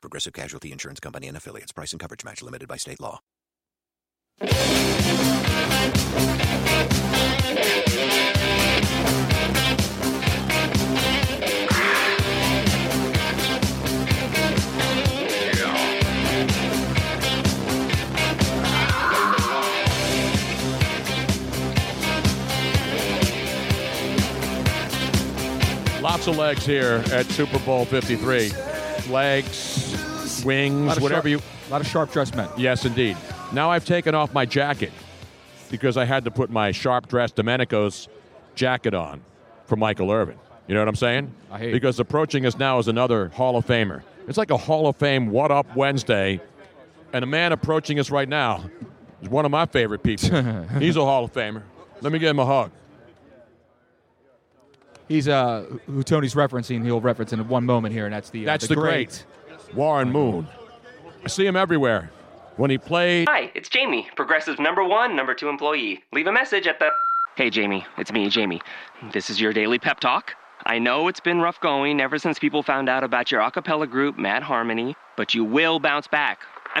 Progressive Casualty Insurance Company and affiliates. Price and coverage match limited by state law. Lots of legs here at Super Bowl 53. Legs, A lot wings, of whatever you. sharp- A lot of sharp dressed men. Yes, indeed. Now I've taken off my jacket because I had to put my sharp dressed Domenico's jacket on for Michael Irvin. You know what I'm saying? I hear you. Because approaching us now is another Hall of Famer. It's like a Hall of Fame What Up Wednesday, and a man approaching us right now is one of my favorite people. He's a Hall of Famer. Let me give him a hug. He's uh, who Tony's referencing. He'll reference in one moment here, and that's the uh, That's the, great. Warren Moon. I see him everywhere. When he played, Hi, it's Jamie, Progressive number one, number two employee. Leave a message at the. Hey, Jamie, it's me, Jamie. This is your daily pep talk. I know it's been rough going ever since people found out about your a cappella group, Mad Harmony, but you will bounce back. I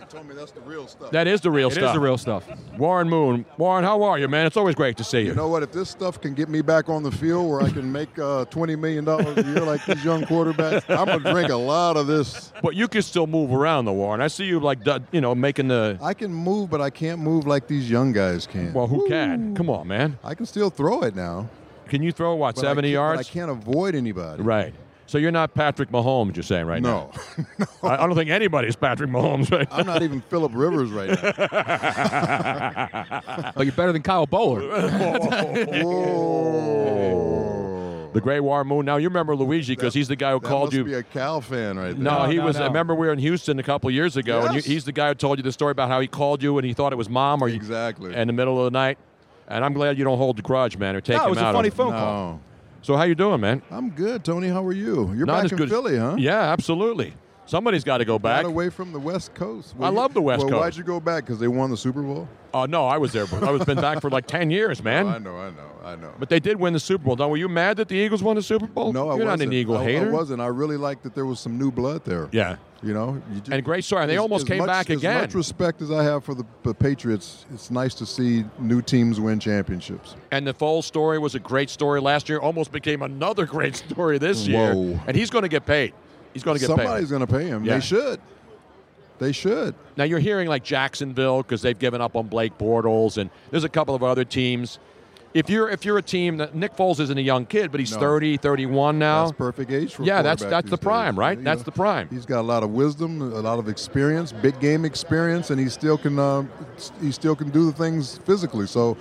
They told me that's the real It stuff. is That is the the real real stuff. stuff. Warren Moon. Warren, how are you, man? It's always great to see you. You know what? If this stuff can get me back on the field where I can make uh, $20 million a year like these young quarterbacks, I'm going to drink a lot of this. but you can still move around, though, Warren. I see you, like, du- you know, making the. I can move, but I can't move like these young guys can. Well, who can? Come on, man. I can still throw it now. Can you throw, what, but I 70 can't- but yards? I can't avoid anybody. Right. So you're not Patrick Mahomes, you're saying right No. now? I, I don't think anybody's Patrick Mahomes right I'm not even Philip Rivers right now. But you're better than Kyle Bowler. Whoa. The Great War Moon. Now you remember Luigi because he's the guy who That called must you. be a Cal fan right there. no, No, he no, was. no. I remember we were in Houston a couple years ago, and Yes. you, he's the guy who told you the story about how he called you and he thought it was mom or you- Exactly. in the middle of the night. And I'm glad you don't hold the grudge, man, or take No, it him was a out. funny on- phone call. No. So how you doing, man? I'm good, Tony. How are you? You're Not back as in good. as- Philly, huh? Yeah, absolutely. Somebody's got to go back. Not away from the West Coast. I love the West well, Coast. Why'd you go back? Because they won the Super Bowl? Oh no, I was there. I was been back for like ten years, man. Oh, I know, I know, I know. But they did win the Super Bowl. Now, were you mad that the Eagles won the Super Bowl? no, I you're wasn't. not an Eagle I, hater. I wasn't. I really liked that there was some new blood there. Yeah. You know, you just, And great story. And they as- almost as came much- back again. As much respect as I have for the, the Patriots, it's nice to see new teams win championships. And the Foles story was a great story last year. Almost became another great story this year. Whoa. And he's going to get paid. He's going to get Somebody's paid. going to pay him. Yeah. They should. They should. Now you're hearing like Jacksonville because they've given up on Blake Bortles, and there's a couple of other teams. If you're if you're a team that Nick Foles isn't a young kid, but he's No. 30, 31 now. That's perfect age for a Yeah, that's quarterback that's the these prime, days. right? You that's know, the prime. He's got a lot of wisdom, a lot of experience, big game experience, and he still can uh, he still can do the things physically. So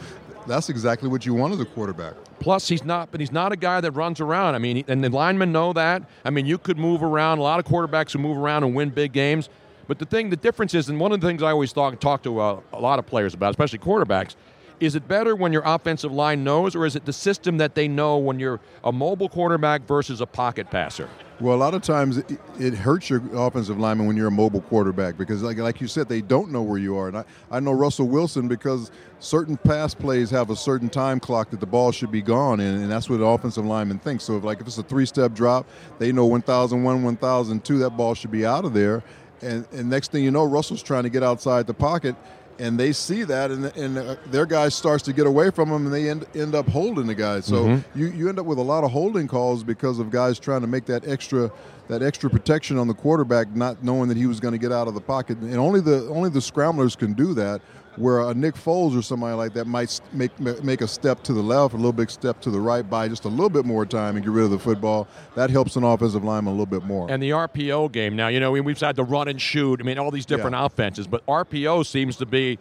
that's exactly what you want as a quarterback. Plus, he's not, but he's not a guy that runs around. I mean, he- and the linemen know that. I mean, you could move around. A lot of quarterbacks who move around and win big games. But the thing, the difference is, and one of the things I always talk talk to uh, a lot of players about, especially quarterbacks, is it better when your offensive line knows, or is it the system that they know when you're a mobile quarterback versus a pocket passer? Well, a lot of times it, it hurts your offensive lineman when you're a mobile quarterback because, like, like you said, they don't know where you are. And I, I know Russell Wilson because certain pass plays have a certain time clock that the ball should be gone, and, and that's what an offensive lineman thinks. So, if, like, if it's a three step drop, they know 1001, 1002, that ball should be out of there. And, and next thing you know, Russell's trying to get outside the pocket. And they see that, and, and uh, their guy starts to get away from him, and they end, end up holding the guy. So you, you end up with a lot of holding calls because of guys trying to make that extra that extra protection on the quarterback, not knowing that he was going to get out of the pocket. And only the only the scramblers can do that. Where a Nick Foles or somebody like that might s- make make a step to the left, a little big step to the right by just a little bit more time and get rid of the football. That helps an offensive lineman a little bit more. And the RPO game now, you know, we- we've had the run and shoot. I mean, all these different Yeah. offenses, but RPO seems to be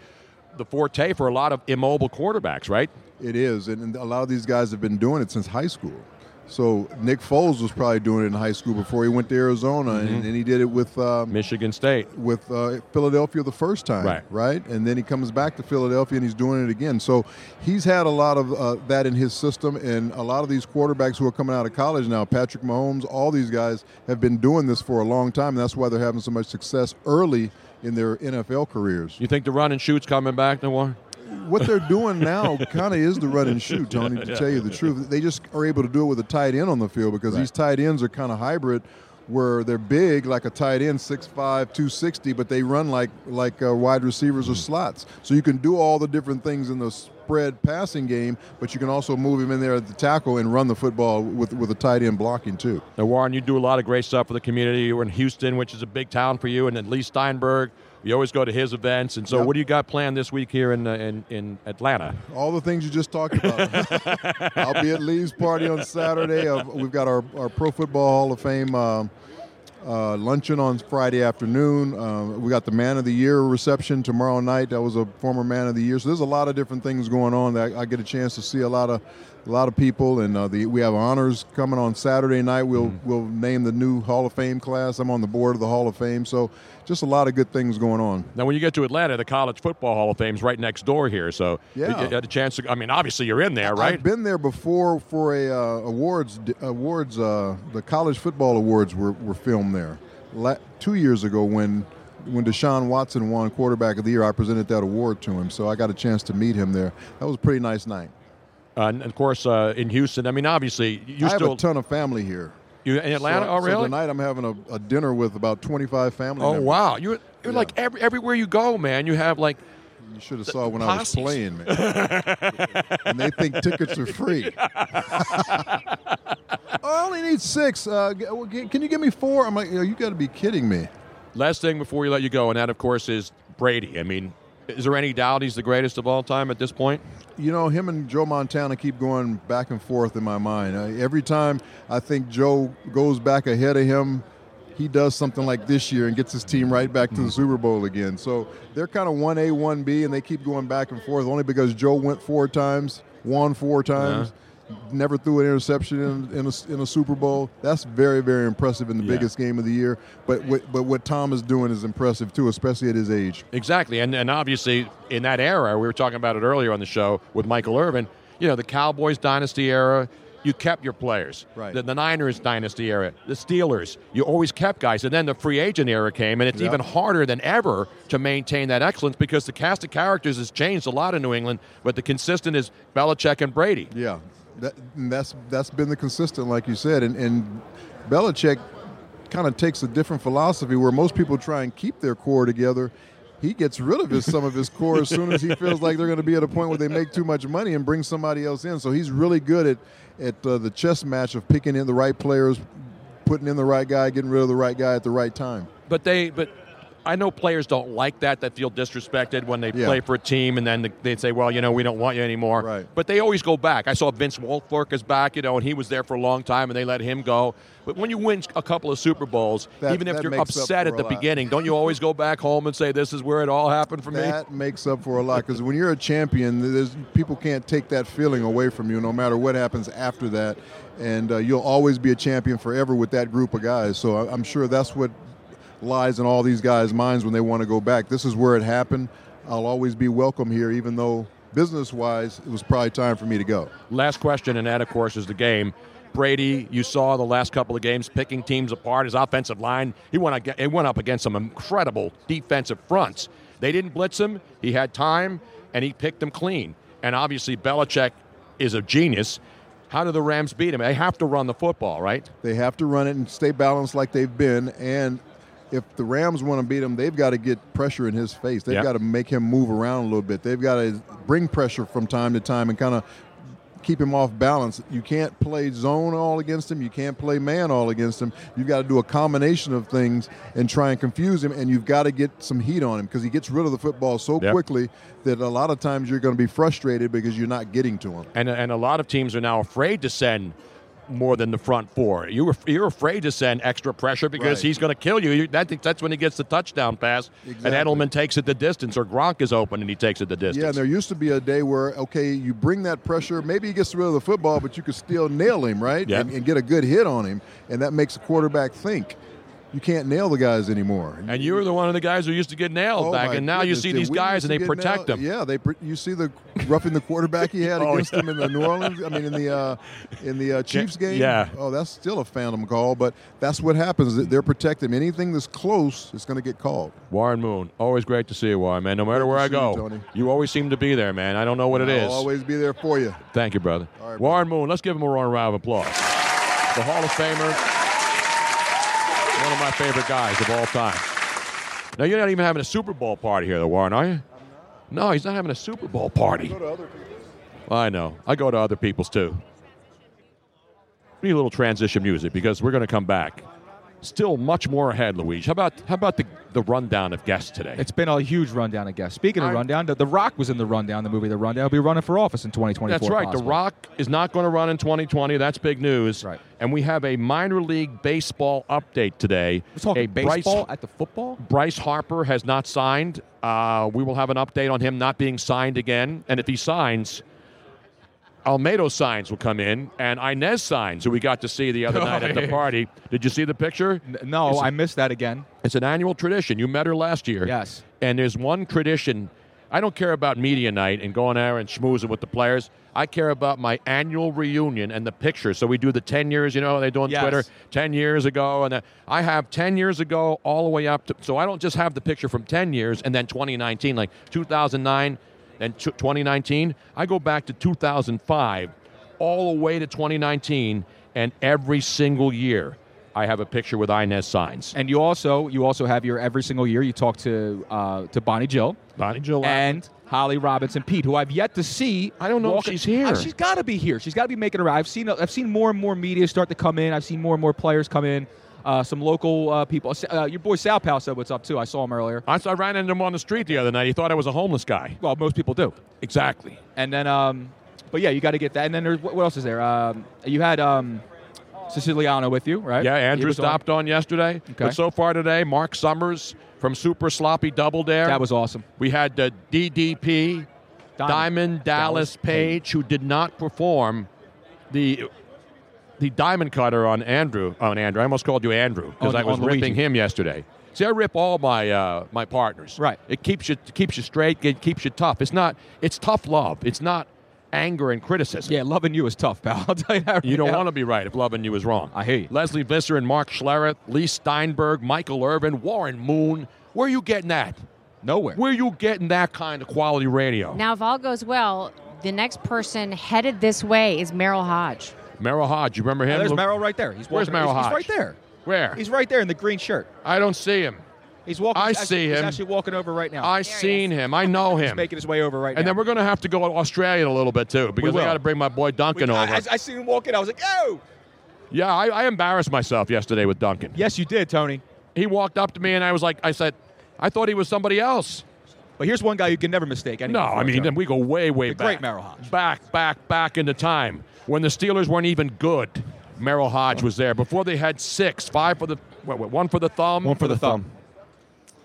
the forte for a lot of immobile quarterbacks, right? It is, and and a lot of these guys have been doing it since high school. So Nick Foles was probably doing it in high school before he went to Arizona, and, and he did it with um, Michigan State. with uh, Philadelphia the first time, Right. And then he comes back to Philadelphia and he's doing it again. So he's had a lot of uh, that in his system, and a lot of these quarterbacks who are coming out of college now, Patrick Mahomes, all these guys have been doing this for a long time. And that's why they're having so much success early in their NFL careers You think the run and shoot's coming back, Noir? what they're doing now kind of is the run and shoot, Tony. To tell you the truth, they just are able to do it with a tight end on the field because these tight ends are kind of hybrid, where they're big like a tight end, 6'5", 260, but they run like like uh, wide receivers or slots. So you can do all the different things in the spread passing game, but you can also move him in there at the tackle and run the football with with a tight end blocking too. Now, Warren, you do a lot of great stuff for the community. You were in Houston, which is a big town for you, and then Lee Steinberg. You always go to his events. And so, Yep. what do you got planned this week here in, uh, in, in Atlanta? All the things you just talked about. I'll be at Lee's party on Saturday. Uh, We've got our, our Pro Football Hall of Fame um uh, luncheon on Friday afternoon. Um, we got the Man of the Year reception tomorrow night. That was a former Man of the Year. So there's a lot of different things going on that I get a chance to see a lot of a lot of people. And uh, the, we have honors coming on Saturday night. We'll we'll name the new Hall of Fame class. I'm on the board of the Hall of Fame. So just a lot of good things going on. Now, when you get to Atlanta, the College Football Hall of Fame's right next door here. So, Yeah. you had a chance to. I mean, obviously, you're in there, right? I've been there before for a uh, awards awards. Uh, the college football awards were, were filmed there La- two years ago when when Deshaun Watson won quarterback of the year. I presented that award to him, so I got a chance to meet him there. That was a pretty nice night. Uh, and of course, uh, in Houston. I mean, obviously, you I have still a ton of family here. you in Atlanta. so, oh, so really? tonight I'm having a, a dinner with about 25 family. oh, members. wow! You you're like every, everywhere you go, man. You have like You should have saw when posses. I was playing, man. and they think tickets are free. Oh, I only need six. Uh, g- well, g- can you give me four? I'm like, "Oh, you got to be kidding me. last thing before we let you go, and that of course is Brady. I mean, is there any doubt he's the greatest of all time at this point? You know, him and Joe Montana keep going back and forth in my mind. Uh, every time I think Joe goes back ahead of him, he does something like this year and gets his team right back to the Super Bowl again. So they're kind of 1A, 1B, and they keep going back and forth only because Joe went four times, won four times, never threw an interception in, in, a, in a Super Bowl. That's very, very impressive in the Yeah. biggest game of the year. But what, but what Tom is doing is impressive too, especially at his age. Exactly, and and obviously in that era, we were talking about it earlier on the show with Michael Irvin. You know, the Cowboys dynasty era, you kept your players. Right. The, the Niners dynasty era, the Steelers, you always kept guys, and then the free agent era came, and it's Yeah. even harder than ever to maintain that excellence because the cast of characters has changed a lot in New England, but the consistent is Belichick and Brady. Yeah, that, and that's that's been the consistent, like you said, and and Belichick kind of takes a different philosophy where most people try and keep their core together. He gets rid of his, some of his core as soon as he feels like they're going to be at a point where they make too much money and bring somebody else in. So he's really good at at uh, the chess match of picking in the right players, putting in the right guy, getting rid of the right guy at the right time. But they, but I know players don't like that. That feel disrespected when they Yeah. play for a team, and then they say, "Well, you know, we don't want you anymore." Right. But they always go back. I saw Vince Wilfork is back, you know, and he was there for a long time, and they let him go. But when you win a couple of Super Bowls, That- even if that you're makes up upset for at a the lot. beginning, don't you always go back home and say, "This is where it all happened for me"? That makes up for a lot because when you're a champion, there's people can't take that feeling away from you, no matter what happens after that, and uh, you'll always be a champion forever with that group of guys. So I- I'm sure that's what lies in all these guys' minds when they want to go back. This is where it happened. I'll always be welcome here, even though business-wise, it was probably time for me to go. Last question, and that, of course, is the game. Brady, you saw the last couple of games picking teams apart. His offensive line, he went, ag- he went up against some incredible defensive fronts. They didn't blitz him. He had time, and he picked them clean. And obviously, Belichick is a genius. How do the Rams beat him? They have to run the football, right? They have to run it and stay balanced like they've been. And if the Rams want to beat him, they've got to get pressure in his face. They've Yeah. got to make him move around a little bit. They've got to bring pressure from time to time and kind of keep him off balance. You can't play zone all against him. You can't play man all against him. You've got to do a combination of things and try and confuse him. And you've got to get some heat on him because he gets rid of the football so Yep. quickly that a lot of times you're going to be frustrated because you're not getting to him. and and a lot of teams are now afraid to send more than the front four. You were, you're afraid to send extra pressure because Right. he's going to kill you. you that, that's when he gets the touchdown pass, Exactly. and Edelman takes it the distance, or Gronk is open and he takes it the distance. Yeah, and there used to be a day where okay, you bring that pressure. Maybe he gets rid of the football, but you could still nail him, right? Yeah. And, and get a good hit on him, and that makes a quarterback think. You can't nail the guys anymore. and you were the one of the guys who used to get nailed Oh, back, my and now goodness, you see did these we guys used to and they get protect nailed? them. Oh, Yeah, they pr- you see the roughing the quarterback he had against them in the New Orleans. I mean, in the uh, in the uh, Chiefs game. yeah. Oh, that's still a phantom call, but that's what happens. They're protecting anything that's close. It's going to get called. Warren Moon, always great to see you, Warren, man. No matter Great where to I see you, go, Tony. you always seem to be there, man. I don't know what it is. I'll always be there for you. Thank you, brother. All right, Warren Moon, let's give him a round of applause. The Hall of Famer, one of my favorite guys of all time. Now, you're not even having a Super Bowl party here, though, Warren, are you? No, he's not having a Super Bowl party. I know. I go to other people's too. We need a little transition music because we're going to come back. Still much more ahead, Luigi. How about how about the, the rundown of guests today? It's been a huge rundown, I guess. Speaking of I'm- rundown, the, the Rock was in the rundown, the movie The Rundown. He'll be running for office in 2024. That's right. possibly. The Rock is not going to run in 2020. That's big news. Right. And we have a minor league baseball update today. We're talking a baseball Bryce, at the football. Bryce Harper has not signed. Uh, we will have an update on him not being signed again. And if he signs, Almedo signs will come in, and Inez signs, who we got to see the other night at the party. Did you see the picture? N- No, I missed that again. It's an annual tradition. You met her last year. Yes. And there's one tradition. I don't care about media night and going there and schmoozing with the players. I care about my annual reunion and the picture. So we do the 10 years, you know, they do on Yes. Twitter 10 years ago. And uh, I have 10 years ago all the way up to, so I don't just have the picture from 10 years and then 2019, like 2009 and t- 2019. I go back to 2005 all the way to 2019. And every single year, I have a picture with Inez Signs. And you also you also have your every single year you talk to uh, to Bonnie Jill Bonnie Jill and Holly Robinson Pete, who I've yet to see. I don't know if walking- she's here. Uh, she's got to be here. She's got to be making her. I've seen I've seen more and more media start to come in. I've seen more and more players come in. Uh, some local uh, people. Uh, your boy Sal Pal said what's up too. I saw him earlier. I, saw, I ran into him on the street the other night. He thought I was a homeless guy. Well, most people do. Exactly. And then, um, but yeah, you got to get that. And then there's what, what else is there? Um, you had um, Siciliano with you, right? Yeah, He Andrew was on. stopped on, yesterday. But so far today, Mark Summers from Super Sloppy Double Dare. That was awesome. we had uh, DDP, Diamond, Dallas, Dallas Page, who did not perform the the diamond cutter on Andrew. On Andrew, I almost called you Andrew because On- I was on ripping Luigi. him yesterday. See, I rip all my uh, my partners. Right. It keeps you it keeps you straight. It keeps you tough. It's not. It's tough love. It's not anger and criticism. Yeah, loving you is tough, pal. I'll tell you that. You don't want to be right if loving you is wrong. I hear you. Leslie Visser and Mark Schlereth, Lee Steinberg, Michael Irvin, Warren Moon. Where are you getting that? nowhere. Where are you getting that kind of quality radio? Now, if all goes well, the next person headed this way is Merrill Hodge. Merrill Hodge, you remember him? Now, there's Look- Merrill right there. He's Where's walking- Merrill he's, Hodge? He's right there. Where? He's right there in the green shirt. I don't see him. He's walking. I he's actually- see He's him. actually walking over right now. I Oh, he seen him. I know he's him. making his way over right And now. then we're going to have to go to Australia in a little bit too because I will. got to bring my boy Duncan I, over. I, I seen him walking. I was like, oh. yeah, I, I embarrassed myself yesterday with Duncan. Yes, you did, Tony. He walked up to me and I was like, I said, I thought he was somebody else. But here's one guy you can never mistake. anyone No, for, I mean, Tony. and we go way, way The back. great Merrill Hodge. Back, back, back into time when the Steelers weren't even good. Merrill Hodge was there before they had six, five for the, what, what, one for the thumb. One for the thumb.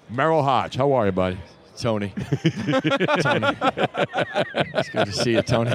Merrill Hodge, how are you, buddy? Tony. Tony. It's good to see you, Tony.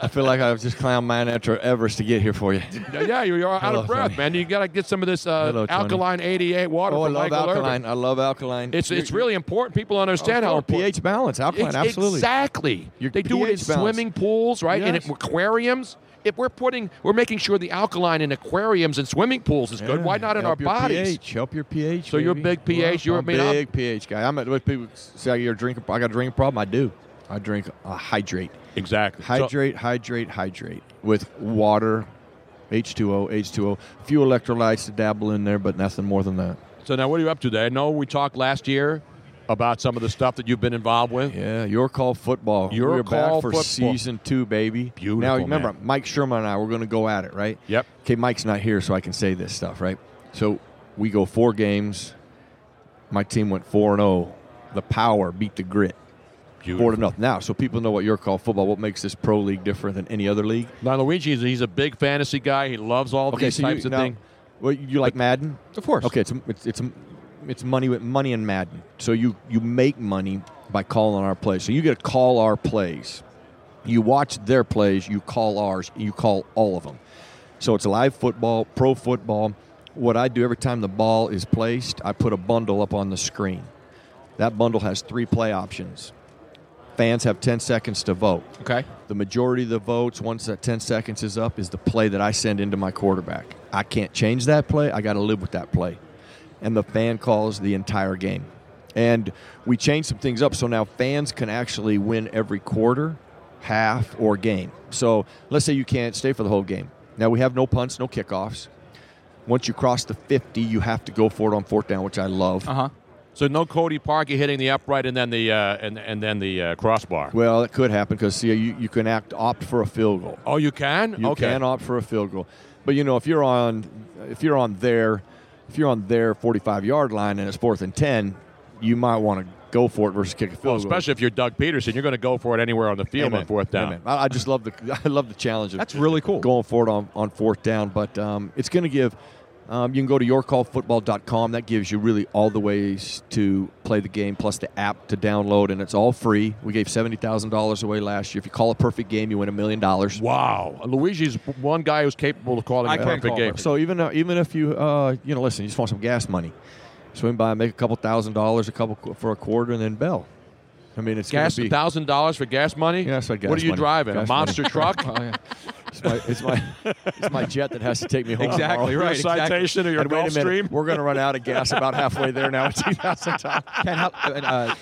I feel like I was just climb Mount Enter- Everest to get here for you. Yeah, yeah, you're you're out Hello, of breath, Tony. man. You got to get some of this uh, Hello, Tony. alkaline 88 water Oh, I from love Michael Irvin. alkaline. I love alkaline. It's You're- it's really important. People understand Oh, how sure, important pH balance, alkaline, It's- absolutely. Exactly. Your they do it in pH balance. swimming pools, right? And Yes. in aquariums. if we're putting, we're making sure the alkaline in aquariums and swimming pools is good. Yeah, Why not in help our your bodies? pH, help your pH. So you're a baby. big pH, you're- I'm I mean, I'm- big pH guy. I'm at, people say you're a drinking. I got a drinking problem. I do. I drink. I hydrate, Exactly. So- hydrate, hydrate, hydrate with water, H2O, H2O, a few electrolytes to dabble in there, but nothing more than that. So, now, what are you up to today? I know we talked last year about some of the stuff that you've been involved with. Yeah, your call football. Your we're call back for football. season two, baby. Beautiful, Now remember, man. Mike Sherman and I, we're going to go at it, right? Yep. Okay, Mike's not here, so I can say this stuff, right? So we go four games. My team went four and zero. The power beat the grit. Four to Beautiful. nothing. Now, so people know what your call football. What makes this pro league different than any other league? Now, Luigi, he's, he's a big fantasy guy. He loves all these so types you, of now- things. Well, you like Madden? Of course. Okay, it's it's it's it's money with money and Madden. So you you make money by calling our plays. So you get to call our plays. You watch their plays. You call ours. You call all of them. So it's live football, pro football. What I do every time the ball is placed, I put a bundle up on the screen. That bundle has three play options. Fans have 10 seconds to vote. Okay. The majority of the votes, once that 10 seconds is up, is the play that I send into my quarterback. I can't change that play. I got to live with that play. And the fan calls the entire game. And we changed some things up so now fans can actually win every quarter, half, or game. So let's say you can't stay for the whole game. Now we have no punts, no kickoffs. Once you cross the 50, you have to go for it on fourth down, which I love. Uh huh. So no Cody Parkey hitting the upright and then the uh, and and then the uh, crossbar. Well, it could happen because see, you, you can act opt for a field goal. Oh, you can. You okay. can opt for a field goal, but you know if you're on if you're on their if you're on their 45 yard line and it's fourth and ten, you might want to go for it versus kick a field Well, goal. especially if you're Doug Peterson, you're going to go for it anywhere on the field Amen. on fourth down. Amen. I, I just love the I love the challenge. Of That's really cool. Going for it on, on fourth down, but um, it's going to give. Um, you can go to yourcallfootball.com. That gives you really all the ways to play the game, plus the app to download, and it's all free. We gave seventy thousand dollars away last year. If you call a perfect game, you win a million dollars. Wow, Luigi's one guy who's capable of calling I a can perfect call game. perfect. So even uh, even if you uh, you know listen, you just want some gas money, swing by, make a couple thousand dollars, a couple qu- for a quarter, and then bell. I mean, it's Gas gonna be thousand dollars for gas money. Yeah, that's what gas What are you money- Oh, driving? A gas monster truck? it's my, it's my it's my jet that has to take me home. Exactly, tomorrow. right, Your citation exactly. or your And wait a Gulf minute, Stream? We're gonna run out of gas about halfway there now. It's 2,000 times. Ken, how, uh, and, uh,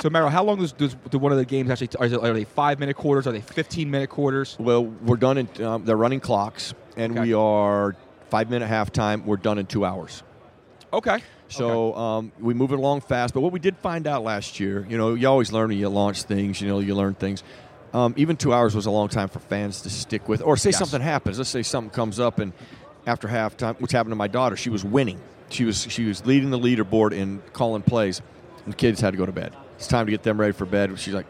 so Merrill, how long does, does do one of the games actually? Are, are they five minute quarters? Are they fifteen minute quarters? Well, we're done in um, they're running clocks, and Okay. we are five minute halftime. We're done in two hours. Okay. So um, we move it along fast. But what we did find out last year, you know, you always learn when you launch things, you know, you learn things. Um, even two hours was a long time for fans to stick with. Or say Yes. something happens. Let's say something comes up, and after halftime, which happened to my daughter, she was winning. She was she was leading the leaderboard and calling plays. And the kids had to go to bed. It's time to get them ready for bed. She's like,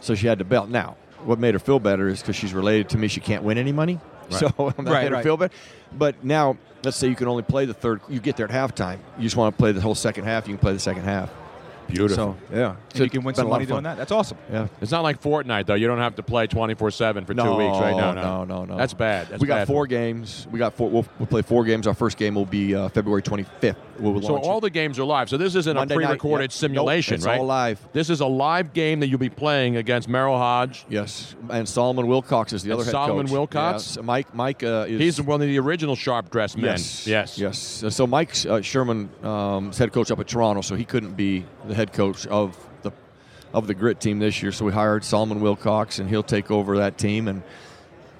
so she had to belt. Now, what made her feel better is because she's related to me, she can't win any money. So that Right, made her right. feel better. But now, let's say you can only play the third. You get there at halftime. You just want to play the whole second half. You can play the second half. Beautiful. So yeah, So you can win some money doing that. That's awesome. Yeah. it's not like Fortnite though. You don't have to play twenty four seven for two No, weeks, right? No, no, no, no, no. That's bad. That's we got bad. four games. We got four. We'll, we'll play four games. Our first game will be uh, February 25th. We'll launch So all it. the games are live. So this isn't Monday a night, pre-recorded yep. simulation, Nope, it's right? all live. This is a live game that you'll be playing against Merrill Hodge. yes, and Solomon Wilcox is the And other head Solomon coach. Wilcox? Yes. Mike. Mike uh, is. He's one of the original sharp dressed men. Yes. Yes. Yes. Uh, So Mike uh, Sherman um, is head coach up at Toronto, so he couldn't be the head coach of the of the grit team this year. So we hired Solomon Wilcox, and he'll take over that team, and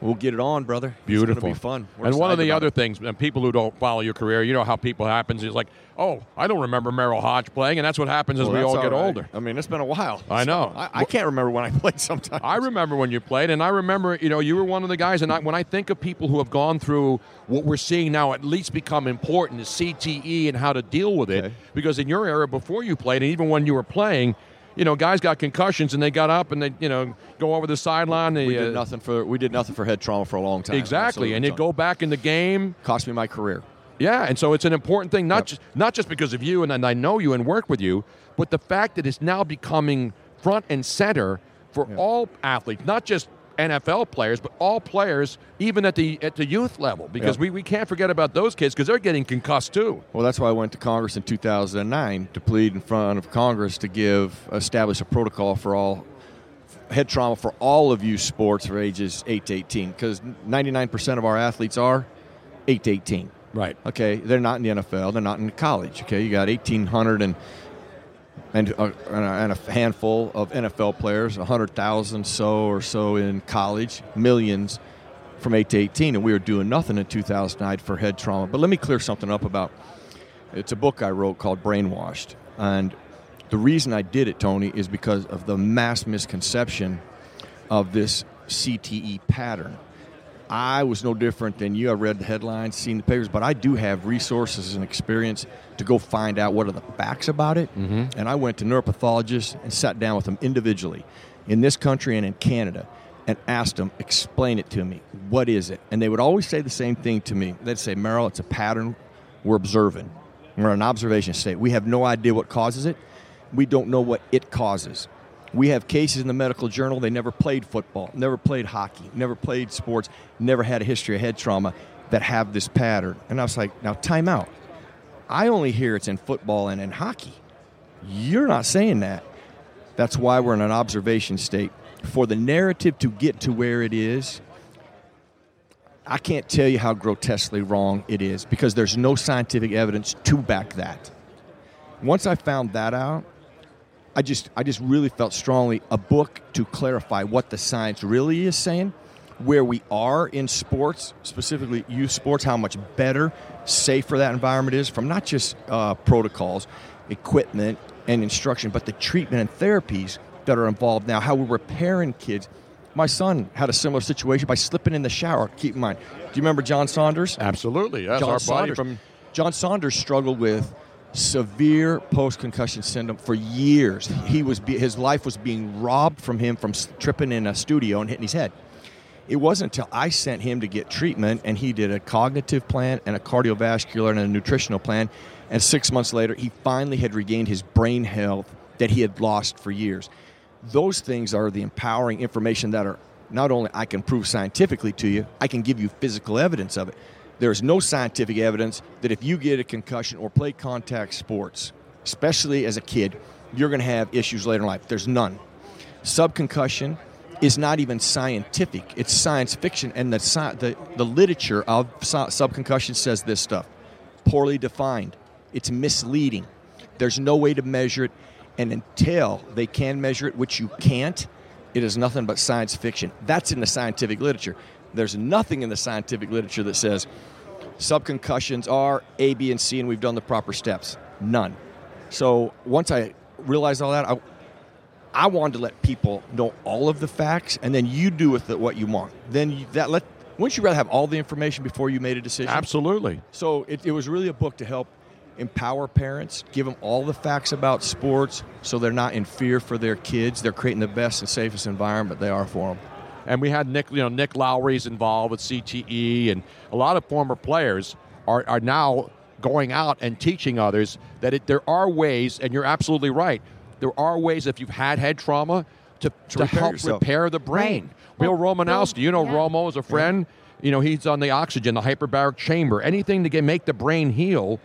we'll get it on, brother. It's Beautiful. gonna be fun. We're and one of excited the about other it. things, and people who don't follow your career, you know how people happens. It's like, oh, I don't remember Merrill Hodge playing, and that's what happens as Well, we that's all get all right. older. I mean, it's been a while. I know. I, I can't remember when I played sometimes. I remember when you played, and I remember, you know, you were one of the guys. And I, when I think of people who have gone through what we're seeing now, at least become important is CTE and how to deal with it. Okay. Because in your era, before you played, and even when you were playing, you know, guys got concussions and they got up and they, you know, go over the sideline. They, we uh, did nothing for we did nothing for head trauma for a long time. Exactly, and Absolutely. you go back in the game. cost me my career. Yeah, and so it's an important thing, not just not just because of you, and, and I know you and work with you, but the fact that it's now becoming front and center for all athletes, not just NFL players, but all players, even at the at the youth level, because Yeah. we, we can't forget about those kids because they're getting concussed too. Well, that's why I went to Congress in 2009 to plead in front of Congress to give establish a protocol for all head trauma for all of you sports for ages 8 to 18 because 99% of our athletes are 8 to 18. Right. Okay, they're not in the NFL. They're not in college. Okay, you got 1,800 and and a, and a handful of NFL players, 100,000 so or so in college, millions from 8 to 18, and we were doing nothing in 2009 for head trauma. But let me clear something up about it's a book I wrote called Brainwashed. And the reason I did it, Tony, is because of the mass misconception of this CTE pattern. I was no different than you. I read the headlines, seen the papers, but I do have resources and experience to go find out what are the facts about it. And I went to neuropathologists and sat down with them individually in this country and in Canada and asked them, explain it to me. What is it? And they would always say the same thing to me. They'd say, Merrill, it's a pattern we're observing. We're in an observation state. We have no idea what causes it. We don't know what it causes. We have cases in the medical journal. They never played football, never played hockey, never played sports, never had a history of head trauma that have this pattern. And I was like, now time out. I only hear it's in football and in hockey. You're not saying that. That's why we're in an observation state. For the narrative to get to where it is, I can't tell you how grotesquely wrong it is because there's no scientific evidence to back that. Once I found that out, I just I just really felt strongly a book to clarify what the science really is saying, where we are in sports, specifically youth sports, how much better, safer that environment is from not just uh, protocols, equipment, and instruction, but the treatment and therapies that are involved now, how we're repairing kids. My son had a similar situation by slipping in the shower. Keep in mind. Do you remember John Saunders? Absolutely. That's John our buddy Saunders. from John Saunders struggled with severe post-concussion syndrome for years. He was be, his life was being robbed from him from s- tripping in a studio and hitting his head. It wasn't until I sent him to get treatment, and he did a cognitive plan and a cardiovascular and a nutritional plan. And six months later, he finally had regained his brain health that he had lost for years. Those things are the empowering information that are not only I can prove scientifically to you, I can give you physical evidence of it. There is no scientific evidence that if you get a concussion or play contact sports, especially as a kid, you're going to have issues later in life. There's none subconcussion is not even scientific. It's science fiction, and the sci- the, the literature of sci- subconcussion says this stuff poorly defined. It's misleading. There's no way to measure it, and until they can measure it, which you can't, it is nothing but science fiction. That's in the scientific literature. There's nothing in the scientific literature that says subconcussions are A, B, and C, and we've done the proper steps. None. So once I realized all that, I, I wanted to let people know all of the facts, and then you do with it what you want. Then you, that let. Wouldn't you rather have all the information before you made a decision? absolutely. So it, it was really a book to help empower parents, give them all the facts about sports, so they're not in fear for their kids. They're creating the best and safest environment they are for them. And we had Nick, you know, Nick Lowry's involved with CTE, and a lot of former players are, are now going out and teaching others that it, there are ways, and you're absolutely right. There are ways if you've had head trauma to, to, repair help yourself. repair the brain. Right. Bill Well, Romanowski, Bill- you know yeah. Romo is a friend. You know he's on the oxygen, the hyperbaric chamber, anything to get, make the brain heal.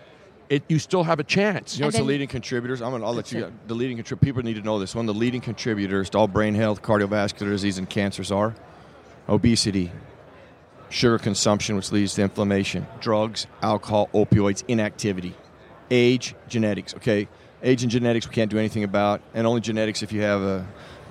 It, you still have a chance. You know, And it's the then- leading contributors. I'm gonna, I'll let That's you. it. The leading contrib- people need to know this. One of the leading contributors to all brain health, cardiovascular disease, and cancers are obesity, sugar consumption, which leads to inflammation, drugs, alcohol, opioids, inactivity, age, genetics. Okay, age and genetics we can't do anything about, and only genetics if you have a,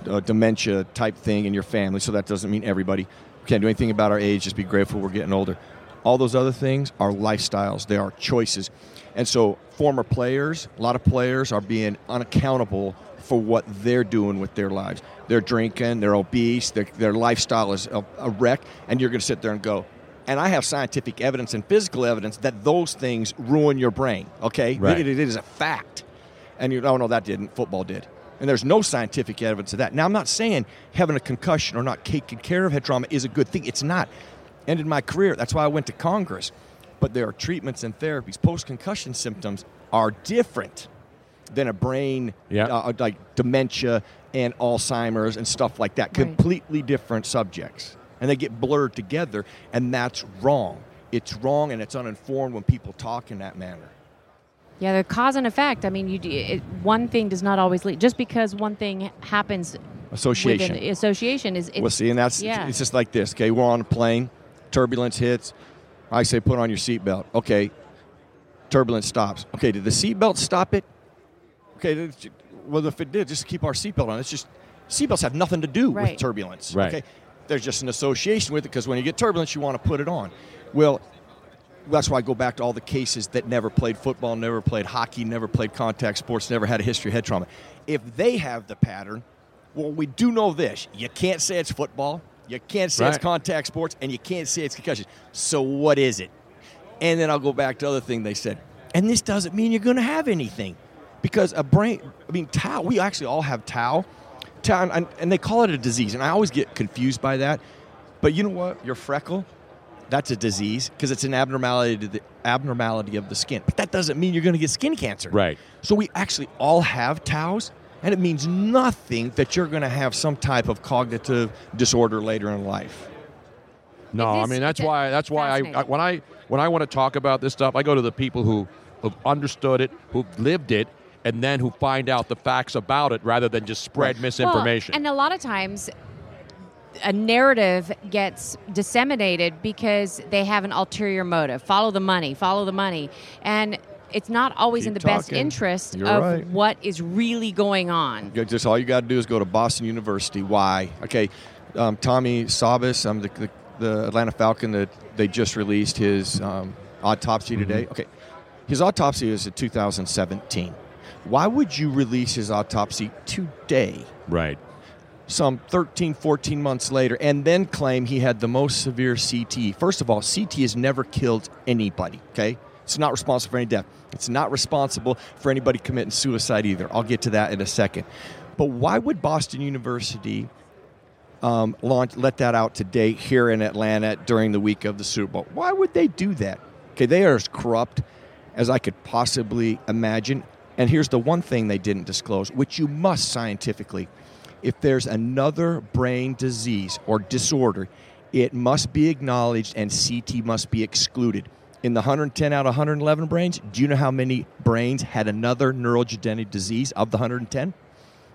a dementia type thing in your family. So that doesn't mean everybody. We can't do anything about our age. Just be grateful we're getting older. All those other things are lifestyles. They are choices, and so former players, a lot of players are being unaccountable for what they're doing with their lives. They're drinking, they're obese, their their lifestyle is a, a wreck, and you're going to sit there and go. And I have scientific evidence and physical evidence that those things ruin your brain. Okay, Right. It- it is a fact. And you, oh no, that didn't. Football did. And there's no scientific evidence of that. Now I'm not saying having a concussion or not taking care of head trauma is a good thing. It's not. Ended my career. That's why I went to Congress. But there are treatments and therapies. Post-concussion symptoms are different than a brain Yeah. uh, like dementia and Alzheimer's and stuff like that. Right. Completely different subjects. And they get blurred together, and that's wrong. It's wrong and it's uninformed when people talk in that manner. Yeah, the cause and effect. I mean, you d- it, one thing does not always lead. Just because one thing happens association. Within the association is it's, well, see, and that's yeah. it's just like this. Okay, we're on a plane, turbulence hits. I say put on your seatbelt. Okay, turbulence stops. Okay, did the seatbelt stop it? Okay, then it's- well if it did, just keep our seatbelt on. It's just seatbelts have nothing to do Right. with turbulence. Right. Okay, there's just an association with it because when you get turbulence, you want to put it on. Well. That's why I go back to all the cases that never played football, never played hockey, never played contact sports, never had a history of head trauma. If they have the pattern, well, we do know this. You can't say it's football, you can't say it's Right. contact sports, and you can't say it's concussion. So what is it? And then I'll go back to other thing they said. And this doesn't mean you're going to have anything, because a brain. I mean, tau. We actually all have tau, tau, and, and they call it a disease. And I always get confused by that. But you know what? Your freckle, that's a disease because it's an abnormality to the abnormality of the skin. But that doesn't mean you're going to get skin cancer. Right. So we actually all have taus, and it means nothing that you're going to have some type of cognitive disorder later in life. No, I This- mean that's that- why that's why I, I fascinating. when I when I want to talk about this stuff, I go to the people who who've understood it, who've lived it, and then who find out the facts about it rather than just spread misinformation. Well, and a lot of times, a narrative gets disseminated because they have an ulterior motive. Follow the money, follow the money. And it's not always Keep in the best talking. interest You're of right. what is really going on. You Just all you got to do is go to Boston University. Why? Okay, um, Tommy Sabas, um, the, the, the Atlanta Falcon, that they just released his um, autopsy today. Okay, his autopsy is in 2017. Why would you release his autopsy today? right. some 13, 14 months later, and then claim he had the most severe CTE. First of all, CTE has never killed anybody, okay? It's not responsible for any death. It's not responsible for anybody committing suicide either. I'll get to that in a second. But why would Boston University um, launch, let that out today here in Atlanta during the week of the Super Bowl? Why would they do that? Okay, they are as corrupt as I could possibly imagine. And here's the one thing they didn't disclose, which you must scientifically. If there's another brain disease or disorder, it must be acknowledged and CT must be excluded. In the 110 out of 111 brains, do you know how many brains had another neurodegenerative disease of the 110?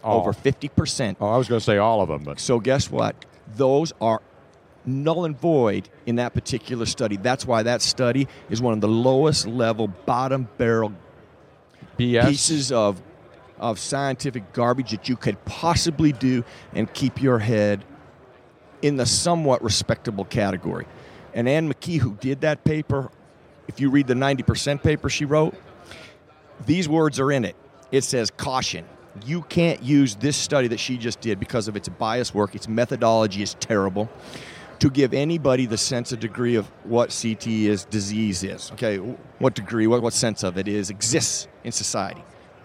All. Over 50%. Oh, I was going to say all of them, but So guess what? Those are null and void in that particular study. That's why that study is one of the lowest level, bottom barrel BS. pieces of of scientific garbage that you could possibly do and keep your head in the somewhat respectable category. And Anne McKee, who did that paper, if you read the 90% paper she wrote, these words are in it. It says, caution. You can't use this study that she just did because of its biased work, its methodology is terrible, to give anybody the sense of degree of what CTE is, disease is. Okay, what degree, what, what sense of it is, exists in society.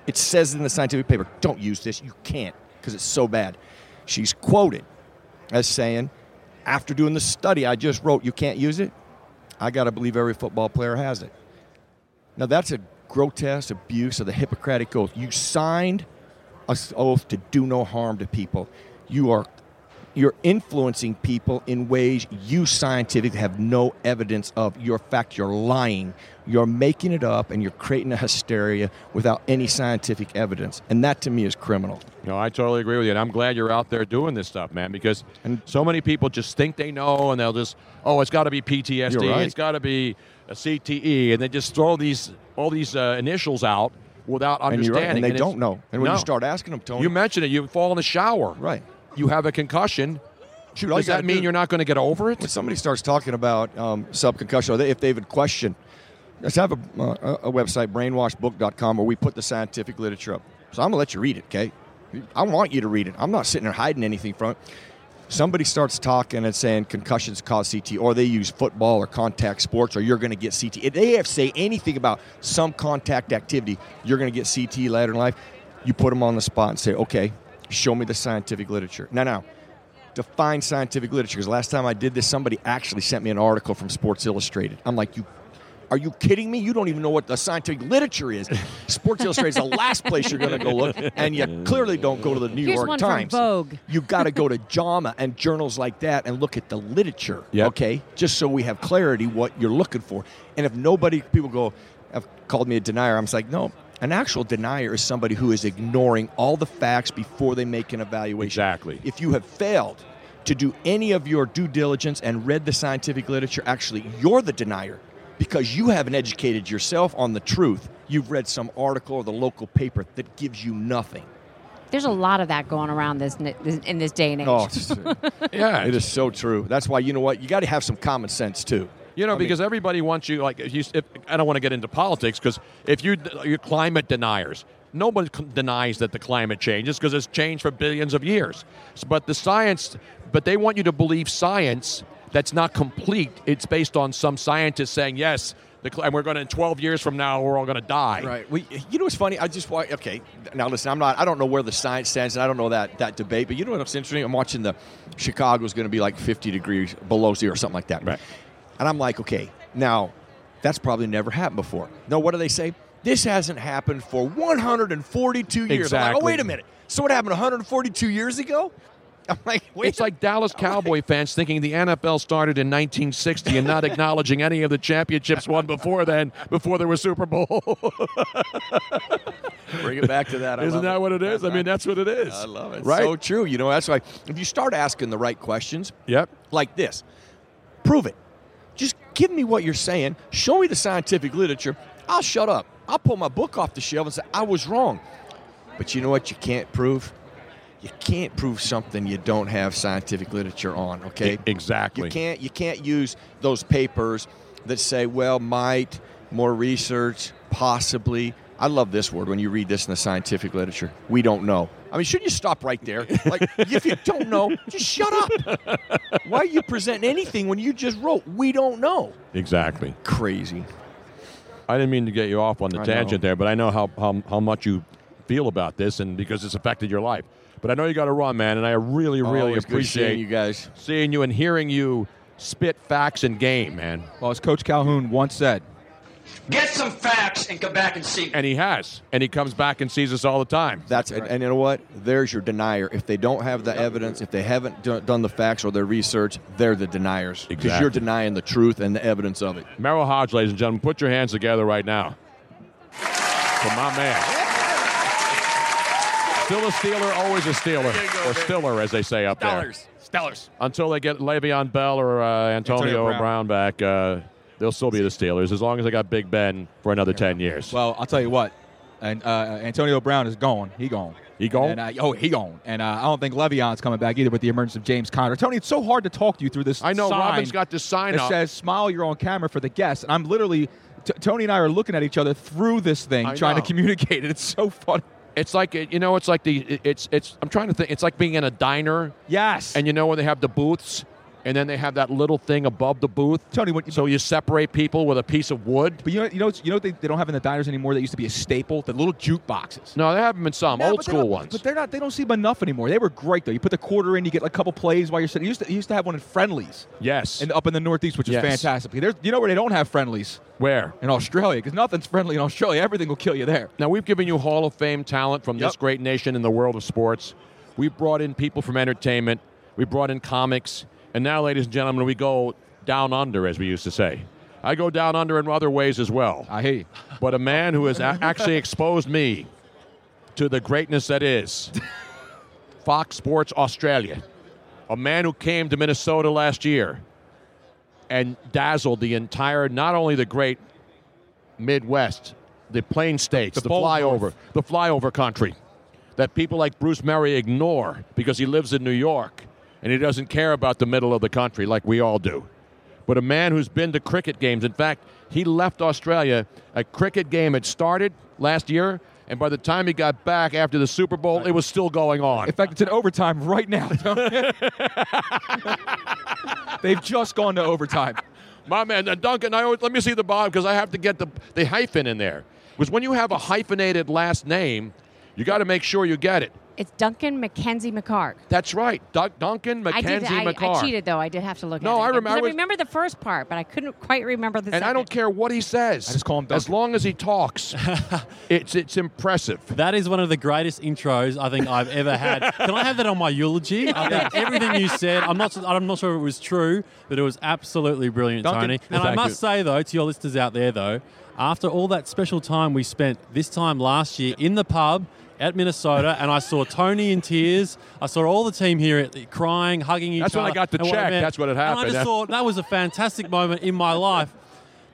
It says in the scientific paper, don't use this, you can't, because it's so bad. She's quoted as saying, after doing the study I just wrote, you can't use it. I got to believe every football player has it. Now that's a grotesque abuse of the Hippocratic oath. You signed a s- oath to do no harm to people. You are you're influencing people in ways you scientifically have no evidence of. Your fact, you're lying. You're making it up, and you're creating a hysteria without any scientific evidence. And that, to me, is criminal. No, I totally agree with you, and I'm glad you're out there doing this stuff, man. Because And- so many people just think they know, and they'll just, oh, it's got to be PTSD, You're right. it's got to be a CTE, and they just throw these all these uh, initials out without And you're understanding. right, and they it's- don't know. And when No. you start asking them, Tony, you mentioned it, you fall in the shower, Right. You have a concussion. Shoot, all Does you that gotta mean do- you're not going to get over When it? somebody starts talking about um, subconcussion, or they, if they even question, let's have a, uh, a website, brainwashbook.com, where we put the scientific literature up. So I'm going to let you read it, okay? I want you to read it. I'm not sitting there hiding anything from it. Somebody starts talking and saying concussions cause CT, or they use football or contact sports, or you're going to get CT. If they have say anything about some contact activity, you're going to get CT later in life. You put them on the spot and say, okay, show me the scientific literature. Now, now, define scientific literature because last time I did this, somebody actually sent me an article from Sports Illustrated. I'm like, you. Are you kidding me? You don't even know what the scientific literature is. Sports Illustrated is the last place you're going to go look, and you clearly don't go to the New Here's York one from Times. Vogue. You've got to go to JAMA and journals like that and look at the literature, Yep. okay? Just so we have clarity what you're looking for. And if nobody, people go, have called me a denier, I'm just like, no, An actual denier is somebody who is ignoring all the facts before they make an evaluation. Exactly. If you have failed to do any of your due diligence and read the scientific literature, actually, you're the denier because you haven't educated yourself on the truth. You've read some article or the local paper that gives you nothing. There's a lot of that going around this n- this- in this day and age. Oh, it's- Yeah, it is so true. That's why you know what you got to have some common sense too. You know, because everybody wants you. Like, if you, if, I don't want to get into politics because if you you're climate deniers, nobody c- denies that the climate changes because it's changed for billions of years. S- But the science, but they want you to believe science that's not complete. It's based on some scientist saying yes, the cl- and we're going to in 12 years from now we're all going to die. Right. We, you know what's funny? I just wa- okay. Now listen, I'm not. I don't know where the science stands, and I don't know that that debate. But you know what's interesting? I'm watching the Chicago's going to be like 50 degrees below zero, or something like that. Right. And I'm like, okay, now that's probably never happened before. No, what do they say? This hasn't happened for 142 years. I'm like, Exactly. oh wait a minute. So what happened 142 years ago? I'm like, wait. It's like Dallas Cowboy fans thinking the NFL started in 1960 and not acknowledging any of the championships won before then, before there was Super Bowl. bring it back to that. I Isn't love that what it is? I mean, that's what it is. I love it. Right? So true. You know, that's why if you start asking the right questions, yep. like this. Prove it. Just give me what you're saying. Show me the scientific literature. I'll shut up. I'll pull my book off the shelf and say, I was wrong. But you know what you can't prove? You can't prove something you don't have scientific literature on, okay? E- exactly. You can't you can't use those papers that say, well, might, more research, possibly. I love this word when you read this in the scientific literature. We don't know. I mean, shouldn't you stop right there? Like, if you don't know, just shut up. Why are you presenting anything when you just wrote, we don't know? Exactly. Crazy. I didn't mean to get you off on the I tangent know. there, but I know how, how, how much you feel about this and because it's affected your life. But I know you got to run, man, and I really, really Always good appreciate seeing you guys. seeing you and hearing you spit facts and game, man. Well, as Coach Calhoun once said, Get some facts and come back and see me. And he has. And he comes back and sees us all the time. That's and, and you know what? There's your denier. If they don't have the evidence, if they haven't do- done the facts or their research, they're the deniers because Exactly. you're denying the truth and the evidence of it. Merrill Hodge, ladies and gentlemen, put your hands together right now for my man. Still a Steeler, always a Steeler, or Stiller, as they say up there. Stellars. Until they get Le'Veon Bell or uh, Antonio, Antonio Brown. Brown. back, uh, they'll still be the Steelers as long as they got Big Ben for another ten years. well, I'll tell you what, and uh, Antonio Brown is gone. He gone. He gone? And, uh, oh, he gone. And uh, I don't think Le'Veon's coming back either with the emergence of James Conner. Tony, it's so hard to talk to you through this. I know, sign Robin's got this sign that up. says "Smile, you're on camera" for the guests, and I'm literally. T- Tony and I are looking at each other through this thing, I trying know. to communicate it. It's so fun. it's like you know, it's like the it's it's. I'm trying to think. It's like being in a diner, Yes. and you know when they have the booths, and then they have that little thing above the booth. Tony, what, So you separate people with a piece of wood. But you know, you know, it's- you know, what they, they don't have in the diners anymore. That used to be a staple. The little jukeboxes. No, they have them in some Yeah, old but they school don't- ones. But they're not. They don't see them enough anymore. They were great though. You put the quarter in, you get like a couple plays while you're sitting. You used to, you used to have one in friendlies, yes. and up in the Northeast, which was Yes. fantastic. There's, you know where they don't have friendlies Where? in Australia because nothing's friendly in Australia. Everything will kill you there. Now we've given you Hall of Fame talent from this Yep. great nation in the world of sports. We brought in people from entertainment. We brought in comics, and now, ladies and gentlemen, we go down under, as we used to say. I go down under in other ways as well. I hear you. but a man who has a- actually exposed me to the greatness that is Fox Sports Australia. A man who came to Minnesota last year and dazzled the entire, not only the great Midwest, the plain states, the, bold flyover, north. the flyover country that people like Bruce Murray ignore because he lives in New York and he doesn't care about the middle of the country like we all do. But a man who's been to cricket games, in fact, he left Australia. A cricket game had started last year, and by the time he got back after the Super Bowl, it was still going on. In fact, it's in overtime right now. Tony. They've just gone to overtime. My man, uh, Duncan, I always, let me see the bottom because I have to get the, the hyphen in there. Because when you have a hyphenated last name, you got to make sure you get it. It's Duncan Mackenzie McCarg. That's right, Dun- Duncan I did. Mackenzie I, I McCarr. cheated though. I did have to look. at No, it I again, remember- 'cause I I was- remember the first part, but I couldn't quite remember the and second. I don't care what he says. I just call him As Duncan. long as he talks, it's it's impressive. That is one of the greatest intros I think I've ever had. Can I have that on my eulogy? I think everything you said, I'm not, I'm not sure if it was true, but it was absolutely brilliant, Duncan- Tony. And Thank I must say, though, to your listeners out there, though, after all that special time we spent this time last year in the pub at Minnesota, and I saw Tony in tears. I saw all the team here at- crying, hugging each That's other. when I got the and what it check. meant. That's what had And I happened. just thought that was a fantastic moment in my life.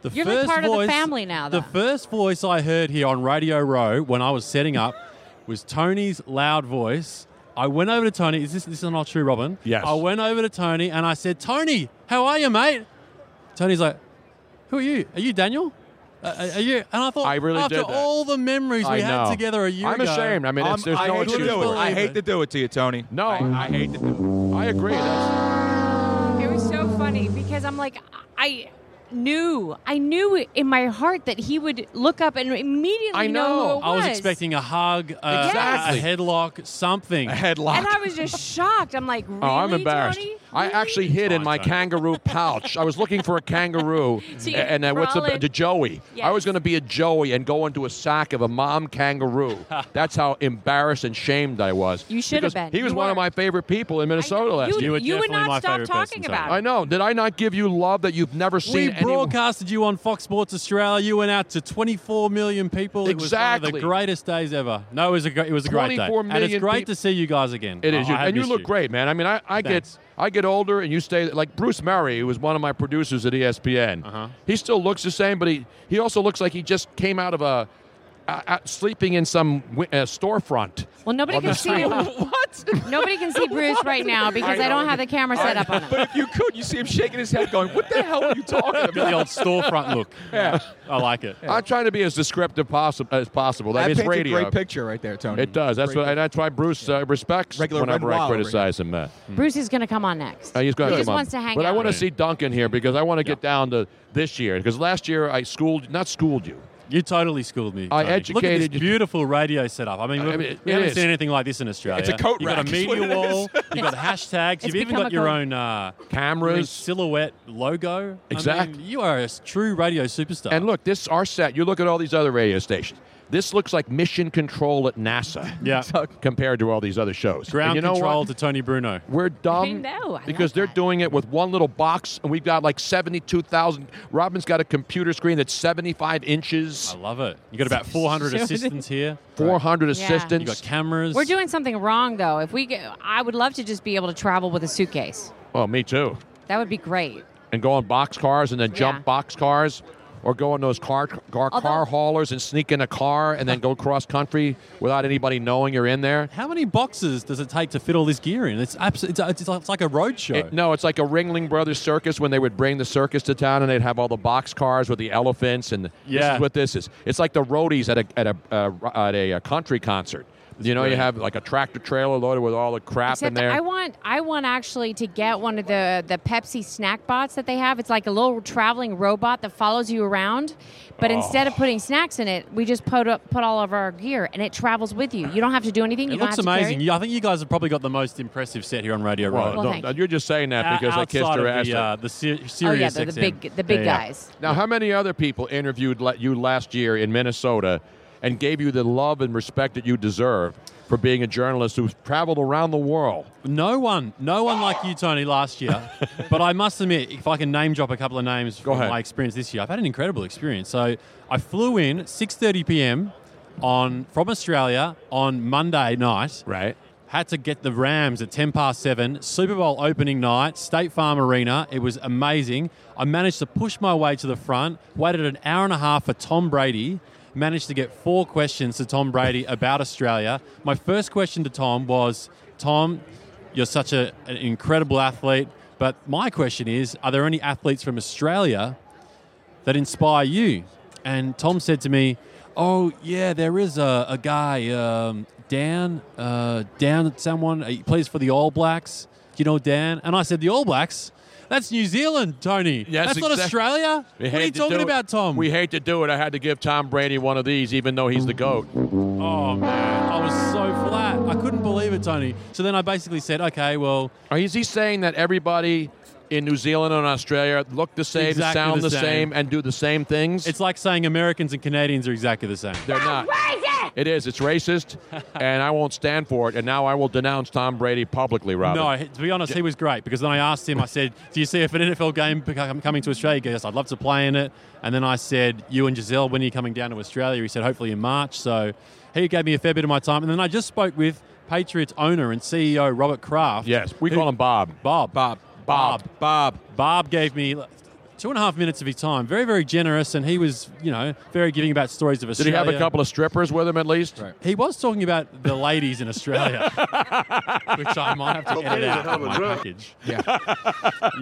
The You're like first part of the voice- family now, The though. first voice I heard here on Radio Row when I was setting up was Tony's loud voice. I went over to Tony. Is this this is not true, Robin? Yes. I went over to Tony and I said, "Tony, how are you, mate?" Tony's like, "Who are you? Are you Daniel? Uh, are- are you?" And I thought, I really after did that. all the memories we I had know. together a year I'm ago, um, ashamed. I mean, it's, there's Um, I no hate to excuse. do it. for I hate to do it to you, Tony. No, I, I hate to do it. I agree. That's, It was so funny because I'm like, I knew, I knew in my heart that he would look up and immediately I who know. it I was expecting a hug, a, Exactly. a headlock, something. headlock. And I was just shocked. I'm like, really, Oh, I'm embarrassed. Tony? I actually hid in my Fine, Tony. kangaroo pouch. I was looking for a kangaroo, So you and uh, what's crawl the, in. the joey? I was Yes. going to be a joey and go into a sack of a mom kangaroo. That's how embarrassed and shamed I was. You should have Because been. He was You one were. of my favorite people in Minnesota last you, year. You were you would definitely my not stop favorite person, talking Tony. about I it. know. Did I not give you love that you've never We seen? anyone- broadcasted you on Fox Sports Australia. You went out to 24 million people. It was one Exactly. of the greatest days ever. No, it was a great, it was a great day. 24 and it's million great peop- to see you guys again. It is, I- you, I had and you missed look great, man. I mean, I, I get Thanks. I get older, and you stay like Bruce Murray, who was one of my producers at E ESPN. Uh-huh. He still looks the same, but he he also looks like he just came out of a. Uh, out sleeping in some wi- uh, storefront. Well, nobody on can the see street. What? nobody can see Bruce right now because I, don't have the camera set up on him. but if you could, you see him shaking his head, going, "What the hell are you talking Got about?" the old storefront look. Yeah. I like it. I'm trying to be as descriptive possi- as possible. That, That means paints radio. a great picture right there, Tony. It uh, does. That's Great what. And that's why Bruce uh, respects Regular whenever Red I Wild over criticize him. Uh, Bruce is going to come on next. Uh, he's going he to just come on. wants to hang but out. I want to to see Duncan here because I want to get down to this year because last year I schooled, not schooled you. You totally schooled me. Tony. I Look at this educated you. beautiful radio setup. I mean, we, I mean, it- we it haven't is. seen anything like this in Australia. It's a coat You've rack got a is what media it is. wall. You've got hashtags. It's you've even become got a your coat. own uh, your own Cameras. silhouette logo. I mean, Exactly. you are a s- true radio superstar. And look, this our set. You look at all these other radio stations. This looks like mission control at NASA. Yeah. Compared to all these other shows. ground And you know control what? to Tony Bruno. We're dumb I know, I because love they're that. doing it with one little box, and we've got like seventy-two thousand. Robin's got a computer screen that's seventy-five inches, I love it. You got about 400 assistants here. four hundred Yeah. assistants. You got cameras. We're doing something wrong though. If we, get, I would love to just be able to travel with a suitcase. oh, me too. That would be great. and go on box cars and then jump Yeah. box cars or go on those car car, car Although- haulers and sneak in a car and then go cross country without anybody knowing you're in there. How many boxes does it take to fit all this gear in? It's absolutely. It's, it's, it's like a road show. It- no, it's like a Ringling Brothers circus when they would bring the circus to town and they'd have all the box cars with the elephants and this Yeah. is what this is. It's like the roadies at a at a uh, ro- at a, uh country concert. You know, you brilliant. have like a tractor trailer loaded with all the crap in Except there. I want, I want actually to get one of the the Pepsi snack bots that they have. It's like a little traveling robot that follows you around, but instead of Oh. putting snacks in it, we just put up, put all of our gear and it travels with you. You don't have to do anything. It you don't looks have to carry amazing. it. You, I think you guys have probably got the most impressive set here on Radio Row. Well, don't- thank you. you're just saying that because I kissed Outside her of ass. The, uh, the ser- Oh serious yeah, the, the big, the big guys. Now, how many other people interviewed la- you last year in Minnesota and gave you the love and respect that you deserve for being a journalist who's traveled around the world? No one, no one like you, Tony, last year. but I must admit, if I can name drop a couple of names from ahead. my experience this year, I've had an incredible experience. So I flew in 6:30 p.m. on from Australia on Monday night. Right. Had to get the Rams at 10 past 7, Super Bowl opening night, State Farm Arena. It was amazing. I managed to push my way to the front, waited an hour and a half for Tom Brady, managed to get four questions to Tom Brady about Australia. My first question to Tom was Tom, you're such a, an incredible athlete, but my question is are there any athletes from Australia that inspire you? And Tom said to me, "Oh yeah, there is a, a guy um, Dan uh, Dan someone he plays for the All Blacks. Do you know Dan?" And I said, "The All Blacks." That's New Zealand, Tony. Yes, That's not exact- Australia. We What are hate you to talking do it. about, Tom? We hate to do it. I had to give Tom Brady one of these, even though he's the GOAT. oh, man. I was so flat. I couldn't believe it, Tony. So then I basically said, okay, well, Or Is he saying that everybody in New Zealand and Australia look the same, Exactly sound the the same. same. and do the same things? it's like saying Americans and Canadians are exactly the same. They're not. Crazy! It is. It's racist, and I won't stand for it. And now I will denounce Tom Brady publicly, Robin. No, he- to be honest, he was great because then I asked him, I said, Do you see if an NFL game become- coming to Australia? He goes, I'd love to play in it. And then I said, You and Giselle, when are you coming down to Australia? He said, Hopefully in March. So he gave me a fair bit of my time. And then I just spoke with Patriots owner and CEO Robert Kraft. Yes, we call him Bob. Bob. Bob. Bob. Bob. Bob gave me two and a half minutes of his time. Very, very generous. And he was, you know, very giving about stories of Did Australia. he have a couple of strippers with him at least? He was talking about the ladies in Australia, which I might have to edit out of my package. Yeah,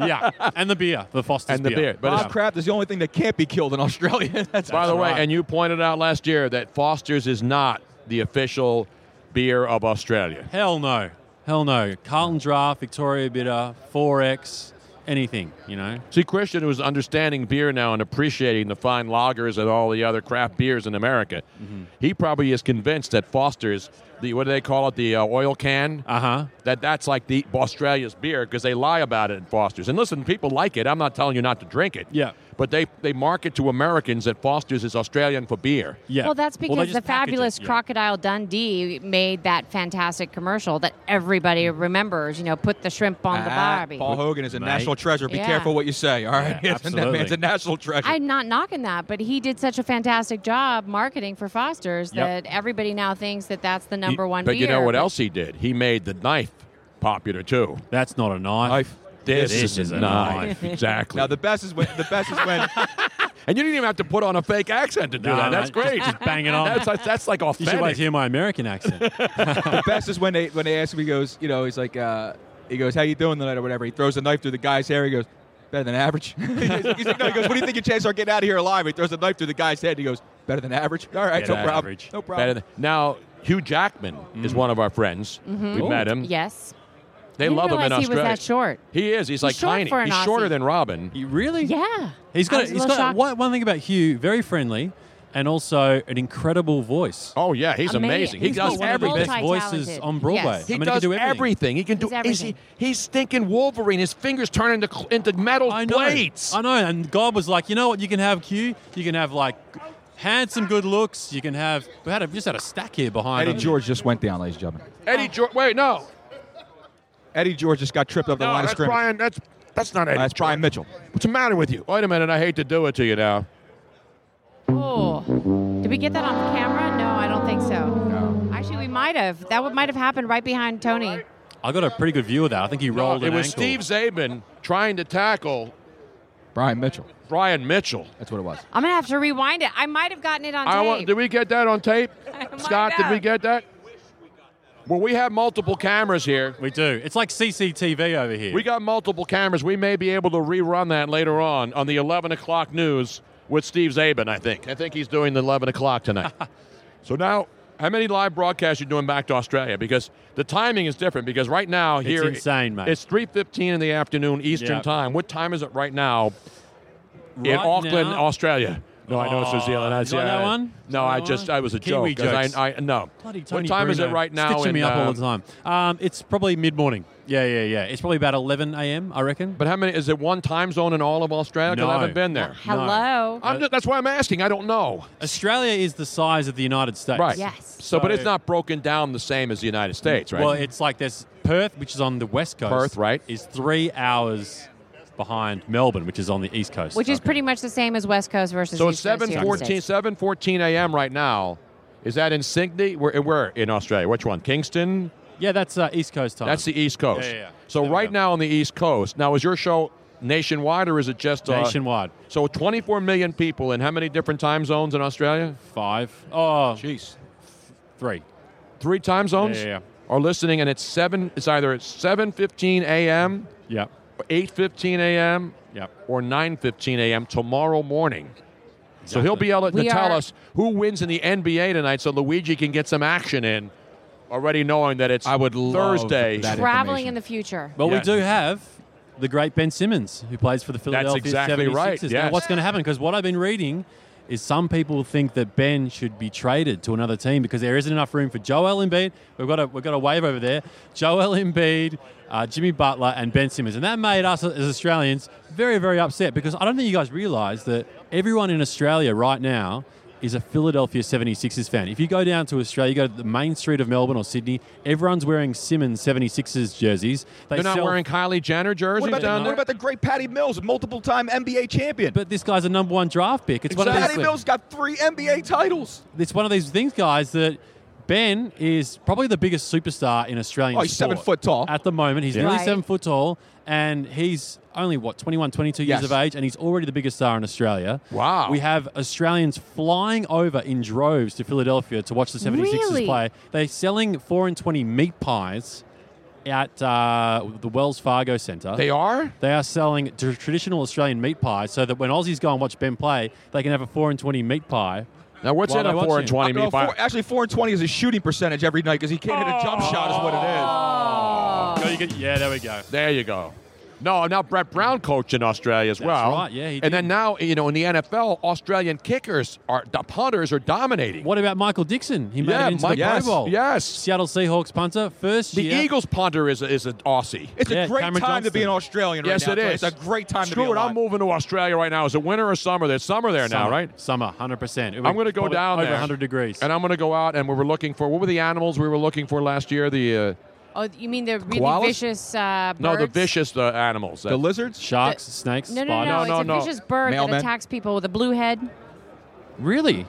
yeah, and the beer, the Foster's And the beer, but Bob Kraft is the only thing that can't be killed in Australia. That's By the way, right. and you pointed out last year that Foster's is not the official beer of Australia. hell no, hell no. Carlton Draft, Victoria Bitter, Forex, anything, you know. See, Christian was understanding beer now and appreciating the fine lagers and all the other craft beers in America. Mm-hmm. He probably is convinced that Foster's, the what do they call it, the uh, oil can, Uh huh. that that's like the Australia's beer because they lie about it in Foster's. And listen, people like it. I'm not telling you not to drink it. Yeah. But they, they market to Americans that Foster's is Australian for beer. Yeah. Well, that's they because the just package it, fabulous yeah. Crocodile Dundee made that fantastic commercial that everybody remembers. You know, put the shrimp on the Ah, barbie. Paul Hogan is a Mate. national treasure. Be Yeah. careful what you say. All right, Yeah, that man's absolutely. a national treasure. I'm not knocking that, but he did such a fantastic job marketing for Foster's Yep. that everybody now thinks that that's the number He- one. But beer. you know what but- else he did? He made the knife popular too. That's not a knife. This, This is, is a a knife. knife. exactly. now the best is when the best is when and you didn't even have to put on a fake accent to do No, that. no, That's just- great. just bang it on. That's, that's, that's like You should always authentic. hear my American accent. the best is when they when they ask him. He goes, you know, he's like, uh, he goes, how you doing tonight or whatever. He throws a knife through the guy's hair. He goes, better than average. he's like, no, he goes, what do you think your chances are getting out of here alive? He throws a knife through the guy's head. He goes, better than average. All right, Better no than problem. average. No problem. Better than- now, Hugh Jackman Mm-hmm. is one of our friends. We met him. Yes. They I Mm-hmm. Oh, didn't love him in realize he was Australia. that short. He is. He's, like short tiny. for an He's shorter Aussie. than Robin. You really? Yeah. He's I got, was a he's little got shocked. one, one thing about Hugh, very friendly, and also an incredible voice. Oh yeah, he's Ama- amazing. He he's does multi- everything. best voices multi-talented. on Broadway. Yes. He I mean, does he can do everything. He can do. He's is he, everything. he's stinking Wolverine. His fingers turn into cl- into metal I know. plates. I know. And God was like, you know what? You can have Q. You can have like handsome, good looks. You can have. We had a, just had a stack here behind. Eddie him. George just went down, ladies and gentlemen. uh, Eddie George. Wait, no, Eddie George just got tripped up the no, line of that's scrimmage. Brian. That's that's not Eddie. Uh, that's Brian George. Mitchell. What's the matter with you? Wait a minute. I hate to do it to you now. Oh. Did we get that on camera? No, I don't think so. Actually, we might have. That would- might have happened right behind Tony. I got a pretty good view of that. I think he rolled. it an was ankle. Steve Zabin trying to tackle Brian Mitchell. Brian Mitchell. That's what it was. I'm gonna have to rewind it. I might have gotten it on I tape. want. Did we get that on tape? might Scott, did have. we get that? Well, we have multiple cameras here. We do. It's like CCTV over here. We got multiple cameras. We may be able to rerun that later on on the 11 o'clock news with Steve Zabin, I think. I think he's doing the 11 o'clock tonight. so now, how many live broadcasts you doing back to Australia? Because the timing is different. Because right now It's here, insane, mate. It's 3:15 in the afternoon Eastern Yeah. time. What time is it right now in Right Auckland, now- Australia? No, I know it's New Oh, Zealand. That's you got yeah. that one? No, You I got just one? I was a Kiwi joke 'cause jokes. I, I no. Bloody Tony what time is it Bruno. right now? Stitching in, me up all uh, the time. Um, it's probably mid morning. Yeah, yeah, yeah. It's probably about 11 a.m. I reckon. But how many? Is it one time zone in all of Australia? 'Cause I No. haven't been there. Hello. I'm just, that's why I'm asking. I don't know. Australia is the size of the United States. Right. Yes. So, but So- it's not broken down the same as the United States, right? Well, it's like there's Perth, which is on the west coast. Perth, right. Is three hours behind Melbourne, which is on the east coast. Which is pretty much the same as West Coast versus so it's East Coast seven here in the fourteen, States. seven fourteen a.m. right now. Is that in Sydney? Where, where in Australia? Which one? Kingston? Yeah, that's uh, east coast time. That's the East Coast. Yeah, yeah, yeah. So There we right go. now on the East Coast. Now, is your show nationwide or is it just uh, nationwide So 24 million people in how many different time zones in Australia? five. Oh, Jeez, three. three time zones. yeah, yeah. Are listening, and it's seven. It's either it's seven fifteen a.m. Yep. eight fifteen a.m. Yep. or 9:15 a.m. tomorrow morning. So Exactly. he'll be able to We are- tell us who wins in the NBA tonight, so Luigi can get some action in, already knowing that it's I would love Thursday. that. Traveling information. in the future. Well, Yes. we do have the great Ben Simmons, who plays for the Philadelphia exactly 76ers. right, Now, yes. what's going to happen? Because what I've been reading is some people think that Ben should be traded to another team because there isn't enough room for Joel Embiid. We've got a, we've got a wave over there. Joel Embiid, uh, Jimmy Butler, and Ben Simmons. And that made us as Australians very, very upset because I don't think you guys realise that everyone in Australia right now is a Philadelphia 76ers fan. If you go down to Australia, you go to the main street of Melbourne or Sydney, everyone's wearing Simmons 76ers jerseys. They They're not sell- wearing Kylie Jenner jerseys What about, the, down what there. about the great Patty Mills, multiple time NBA champion? But this guy's a number one draft pick. It's one of Patty these Mills got three NBA titles. it's one of these things, guys, that Ben is probably the biggest superstar in Australian Oh, he's seven sport foot tall. At the moment, he's nearly Right. seven foot tall, and he's only, what, 21, 22 Yes. years of age, and he's already the biggest star in Australia. Wow. We have Australians flying over in droves to Philadelphia to watch the 76ers Really? play. They're selling 4 and 20 meat pies at uh, the Wells Fargo Center. they are? They are selling tr- traditional Australian meat pie so that when Aussies go and watch Ben play, they can have a 4 and 20 meat pie. Now, what's While in a they're 4 and watching. 20 No, meat pie? four, actually, four and twenty is his shooting percentage every night because he can't hit a jump shot, is what it Go, you get- yeah, there we go. There you go. No, now Brett Brown coached in Australia as well. right, yeah, he and then did. now you know in the NFL, Australian kickers are the punters are dominating. What about Michael Dixon? He made Yeah, it into Mike- the Pro yes, Bowl. yes. Seattle Seahawks punter. First The year. Eagles punter is a, is an Aussie. is. It's Yeah, a great Cameron time to be an Johnston. Australian yes, right it now. is. It's a great time Screw to be it, alive. I'm moving to Australia right now. Is it winter or summer? There's summer there now, Summer. right? Summer, 100%. It was I'm going to go probably down over there. 100 degrees. And I'm going to go out and we were looking for what were the animals we were looking for last year? The uh, Oh, you mean the really Koalas? vicious uh, birds? no, the vicious uh, animals. The lizards? Sharks, snakes, No, no, spiders. no, No, It's no, a no. vicious bird Mailman. that attacks people with a blue head. Really?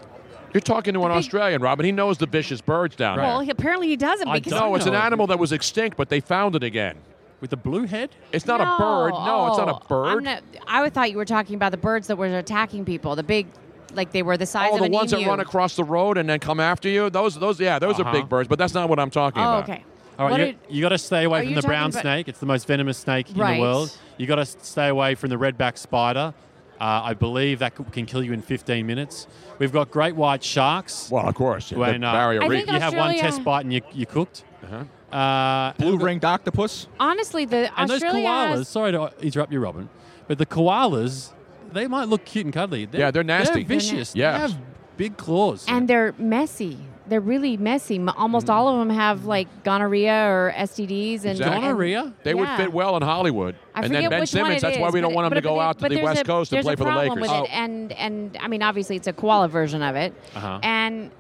You're talking to an big- Australian, Robin. He knows the vicious birds down Well, there. he- apparently he doesn't I because don't. No, it's an No. animal that was extinct, but they found it again. With the blue head? It's not a bird. No, it's not a oh, I'm bird. not- I would thought you were talking about the birds that were attacking people. The big, like they were the size Oh, of the an ones emu. that run across the road and then come after you. Those, those, yeah, those Uh-huh. are big birds. But that's not what I'm talking Oh, about. okay. All What right, you, did- you got to stay Are away you from the talking brown about- snake. It's the most venomous snake in Right. the world. You got to stay away from the redback spider. Uh, I believe that c- can kill you in 15 minutes. We've got great white sharks. Well, of course, yeah, When, the uh, barrier I you reef. think have one Australia- test bite and you, you're cooked. Uh-huh. Uh, Blue ringed octopus? Honestly, the And those Australia has- koalas, sorry to interrupt you, Robin, but the koalas, they might look cute and cuddly. They're, Yeah, they're nasty. They're vicious. They're na- They Yes. have big claws. and they're messy. They're really messy. M- Mm. Almost all of them have like gonorrhea or STDs and Exactly. Gonorrhea? They would Yeah. fit well in Hollywood. I and forget then Ben which Simmons, one it that's why is, we don't but- want him but- to go but out to the there's West a- Coast and there's play a for the problem Lakers. Oh, With it, and and I mean, obviously, it's a koala version of it, Uh-huh. and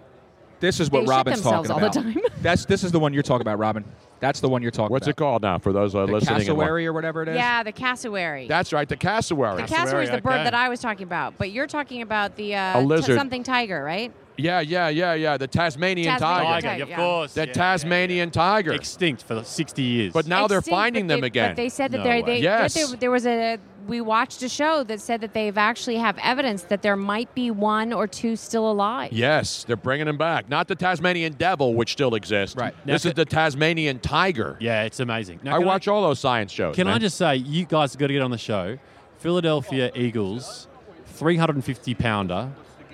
This is They what shit Robin's talking themselves all the about. time. That's this is the one you're talking about, Robin. That's the one you're talking What's it about. called now for those uh, The listening? and wa- cassowary or whatever it is. yeah, the cassowary. That's right, the cassowary. the cassowary is the okay. bird that I was talking about, but you're talking about the A uh, t- lizard. something tiger, right? yeah, yeah, yeah, yeah. The Tasmanian Tasmanian tiger. tiger, of yeah. course. The yeah, Tasmanian tiger. yeah. Extinct for 60 years. But now they're Extinct, but finding they- them again. But they said that No they're, way. they Yes. that there, there was a we watched a show that said that they've actually have evidence that there might be one or two still alive. Yes, they're bringing him back. Not the Tasmanian devil, which still exists. Right. Now, this is c- the Tasmanian tiger. yeah, it's amazing. Now, I can watch all those science shows. Can I man. just say, you guys have got to get on the show. Philadelphia Eagles, 350 pounder,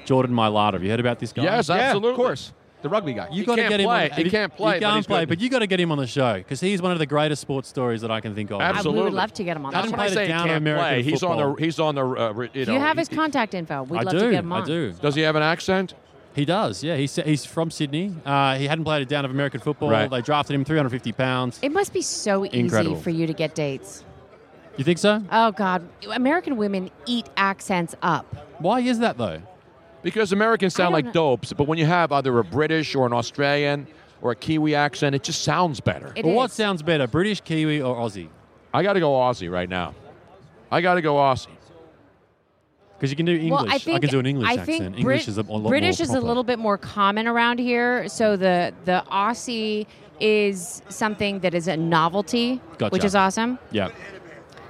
Jordan Mailata. Have you heard about this guy? Yes, Yeah, absolutely. of course. The rugby guy. You He got to can't get him. play. On, He can't play, He but he's can't play. good. But you got to get him on the show because he's one of the greatest sports stories that I can think of. I- Absolutely. we would love to get him on. the That's show. what I When I played say a down can't American play, he's on football. the. He's on the. Uh, re- you Do know, you have his he- contact info? We'd I love do. to get him on. I do. Does he have an accent? He does. Yeah, he's he's from Sydney. Uh, he hadn't played a down of American football. Right. They drafted him 350 pounds. It must be so easy Incredible. for you to get dates. You think so? Oh God, American women eat accents up. Why is that though? Because Americans sound I like don't dopes, but when you have either a British or an Australian or a Kiwi accent, it just sounds better. It Well, what is. sounds better, British, Kiwi, or Aussie? I got to go Aussie right now. I got to go Aussie. Because you can do English. Well, I, think, can do an English I think accent. English Brit- is a, a lot British more is a proper. Mm. little bit more common around here, so the the Aussie is something that is a novelty, Gotcha. which is awesome. Yeah.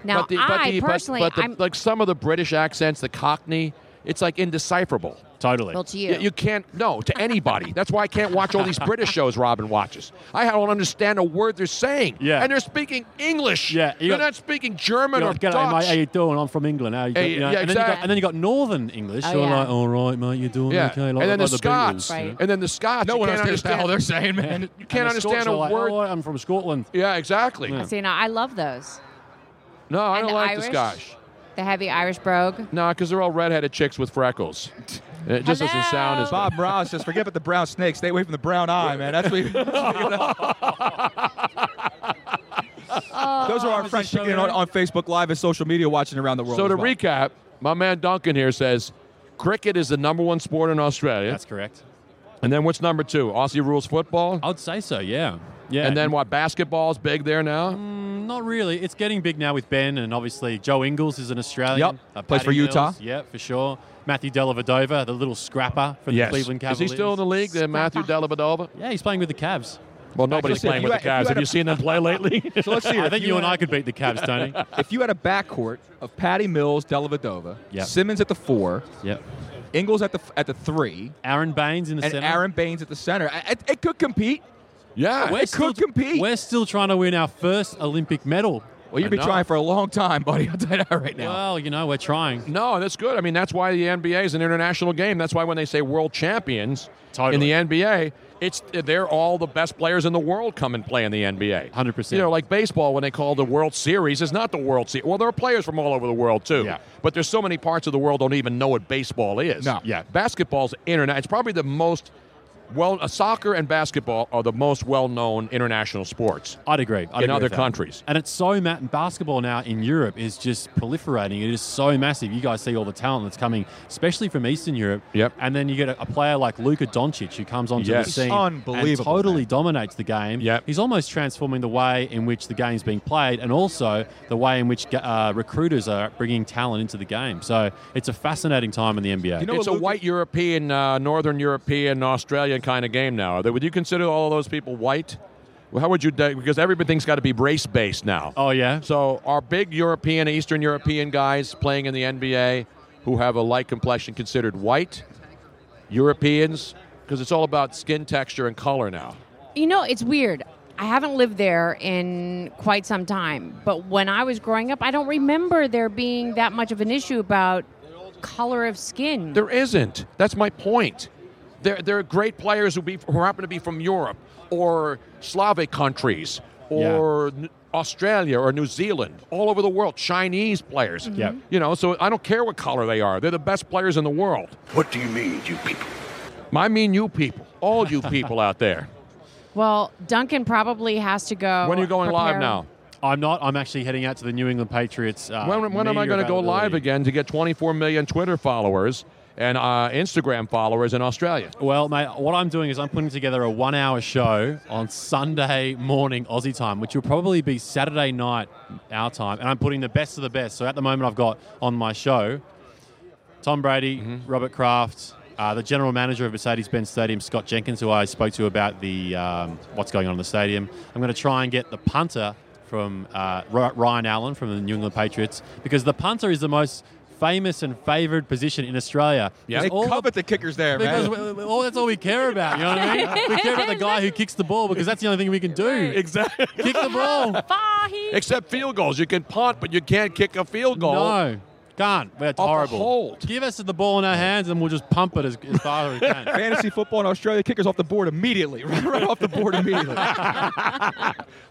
Now, the, I the- personally, but the, I'm like some of the British accents, the Cockney, it's like indecipherable. Totally. well to Y- you. You can't no to anybody. That's why I can't watch all these British shows Robin watches. I don't understand a word they're saying. Yeah. and they're speaking English. Yeah, you they're got- not speaking German You're or like, G'day, Dutch. mate. How you doing? I'm from England. How you Hey, doing? You know, yeah, and, then you got, exactly. and then you got Northern English. Oh, you're yeah. like, all right, mate. You're doing yeah, okay. Like, and then the like Scots, Beatles, you know? Right. and then the Scots. no you one can't understands what the hell they're saying, And- man. You can't and the Scots understand a are like, word. "All right, I'm from Scotland. Yeah, exactly. so you know, I love those. No, I And don't the like Irish? the Scotch. The heavy Irish brogue. No, because they're all redheaded chicks with freckles. It just doesn't sound as Bob Ross says, forget about the brown snake. Stay away from the brown eye, man. That's what. Those are our friends checking in on, on Facebook Live and social media, watching around the world. So as to well. recap, my man Duncan here says, Cricket is the number one sport in Australia. That's correct. and then what's number two? Aussie rules football. I'd say so. Yeah. Yeah. And then what? Basketball's big there now. Not really. It's getting big now with Ben, and obviously Joe Ingles is an Australian. Yep. Uh, Plays for Patty Utah. Mills, Yeah, for sure. Matthew Dellavedova, the little scrapper from the Cleveland Is Cavaliers. he still in the league? Then Matthew Dellavedova. Yeah, he's playing with the Cavs. Well, nobody's Actually, playing if with the you had- if Cavs. you had Have a- you seen them play lately? So let's see. I if think you you and had- I could beat the Cavs, Tony. If you had a backcourt of Patty Mills, Dellavedova, Yeah. Simmons at the four, yep. Ingles at the f- at the three, Aaron Baines in the and center. Aaron Baines at the center, I- it, it could compete. yeah. We're it could still- compete. We're still trying to win our first Olympic medal. Well, you've been Enough. trying for a long time, buddy. I'll tell you that right now. Well, you know, we're trying. No, that's good. I mean, that's why the NBA is an international game. That's why when they say world champions Totally. in the NBA, it's they're all the best players in the world come and play in the NBA. 100%. You know, like baseball when they call the World Series, it's not the World Series. Well, there are players from all over the world too. Yeah. But there's so many parts of the world don't even know what baseball is. No. Yeah. Basketball's internet. It's probably the most well, uh, soccer and basketball are the most well-known international sports. I'd agree. I'd In agree other with that. countries. And it's so ma- basketball now in Europe is just proliferating. It is so massive. You guys see all the talent that's coming, especially from Eastern Europe. Yep. And then you get a, a player like Luka Doncic who comes onto Yes. the He's scene and unbelievable, totally man. dominates the game. Yep. He's almost transforming the way in which the game's being played and also the way in which uh, recruiters are bringing talent into the game. So it's a fascinating time in the NBA. You know what, it's a Luka- white European, uh, Northern European, Australian kind of game now. Are they- Would you consider all of those people white? Well, How would you? de- Because everything's got to be race based now. oh, yeah. So are big European, Eastern European guys playing in the NBA who have a light complexion considered white? Europeans, because it's all about skin texture and color now. You know, it's weird. I haven't lived there in quite some time, but when I was growing up, I don't remember there being that much of an issue about color of skin. There isn't. That's my point. There, there are great players who, be, who happen to be from Europe or Slavic countries Yeah. or N- Australia or New Zealand, all over the world, Chinese players. Yep. You know, so I don't care what color they are. They're the best players in the world. What do you mean, you people? I mean you people, all you people out there. well, Duncan probably has to Oh, go. when are you going live prepare- now? I'm not. I'm actually heading out to the New England Patriots. Uh, when when am I media going to go live availability. again to get 24 million Twitter followers and uh, Instagram followers in Australia? Well, mate, what I'm doing is I'm putting together a one hour show on Sunday morning Aussie time, which will probably be Saturday night our time. And I'm putting the best of the best. So at the moment, I've got on my show Tom Brady, Robert Kraft, uh, the general manager of Mercedes Benz Stadium, Scott Jenkins, who I spoke to about the um, what's going on in the stadium. I'm going to try and get the punter from uh, Ry- Ryan Allen from the New England Patriots because the punter is the most famous and favoured position in Australia. Yeah. They Because all the covet the kickers there, because man. we, we- all, that's all we care about. You know what I mean? We care about the guy who kicks the ball because that's the only thing we can do. Exactly. Kick the ball. Fahi. Except field goals. You can punt, but you can't kick a field goal. No. Can't. We're a horrible. hold. Give us the ball in our hands and we'll just pump it as, as far as we can. Fantasy football in Australia kickers off the board immediately, right, right off the board immediately.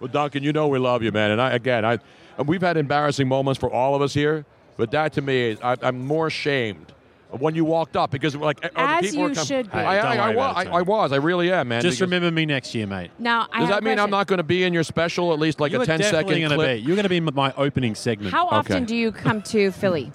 Well, Duncan, you know we love you, man. And I, again, I, and we've had embarrassing moments for all of us here, but that to me, is, I, I'm more ashamed of when you walked up because like other As people were you com- should be. I, Hey, I, don't I, worry wa- about it, I, Tony. I was. I really am, man. Just because- remember me next year, mate. Now, I have Does that a mean I'm question. not going to be in your special at least like You're a 10 second definitely gonna clip? be. You're going to be m- my opening segment. How Okay. often do you come to Philly?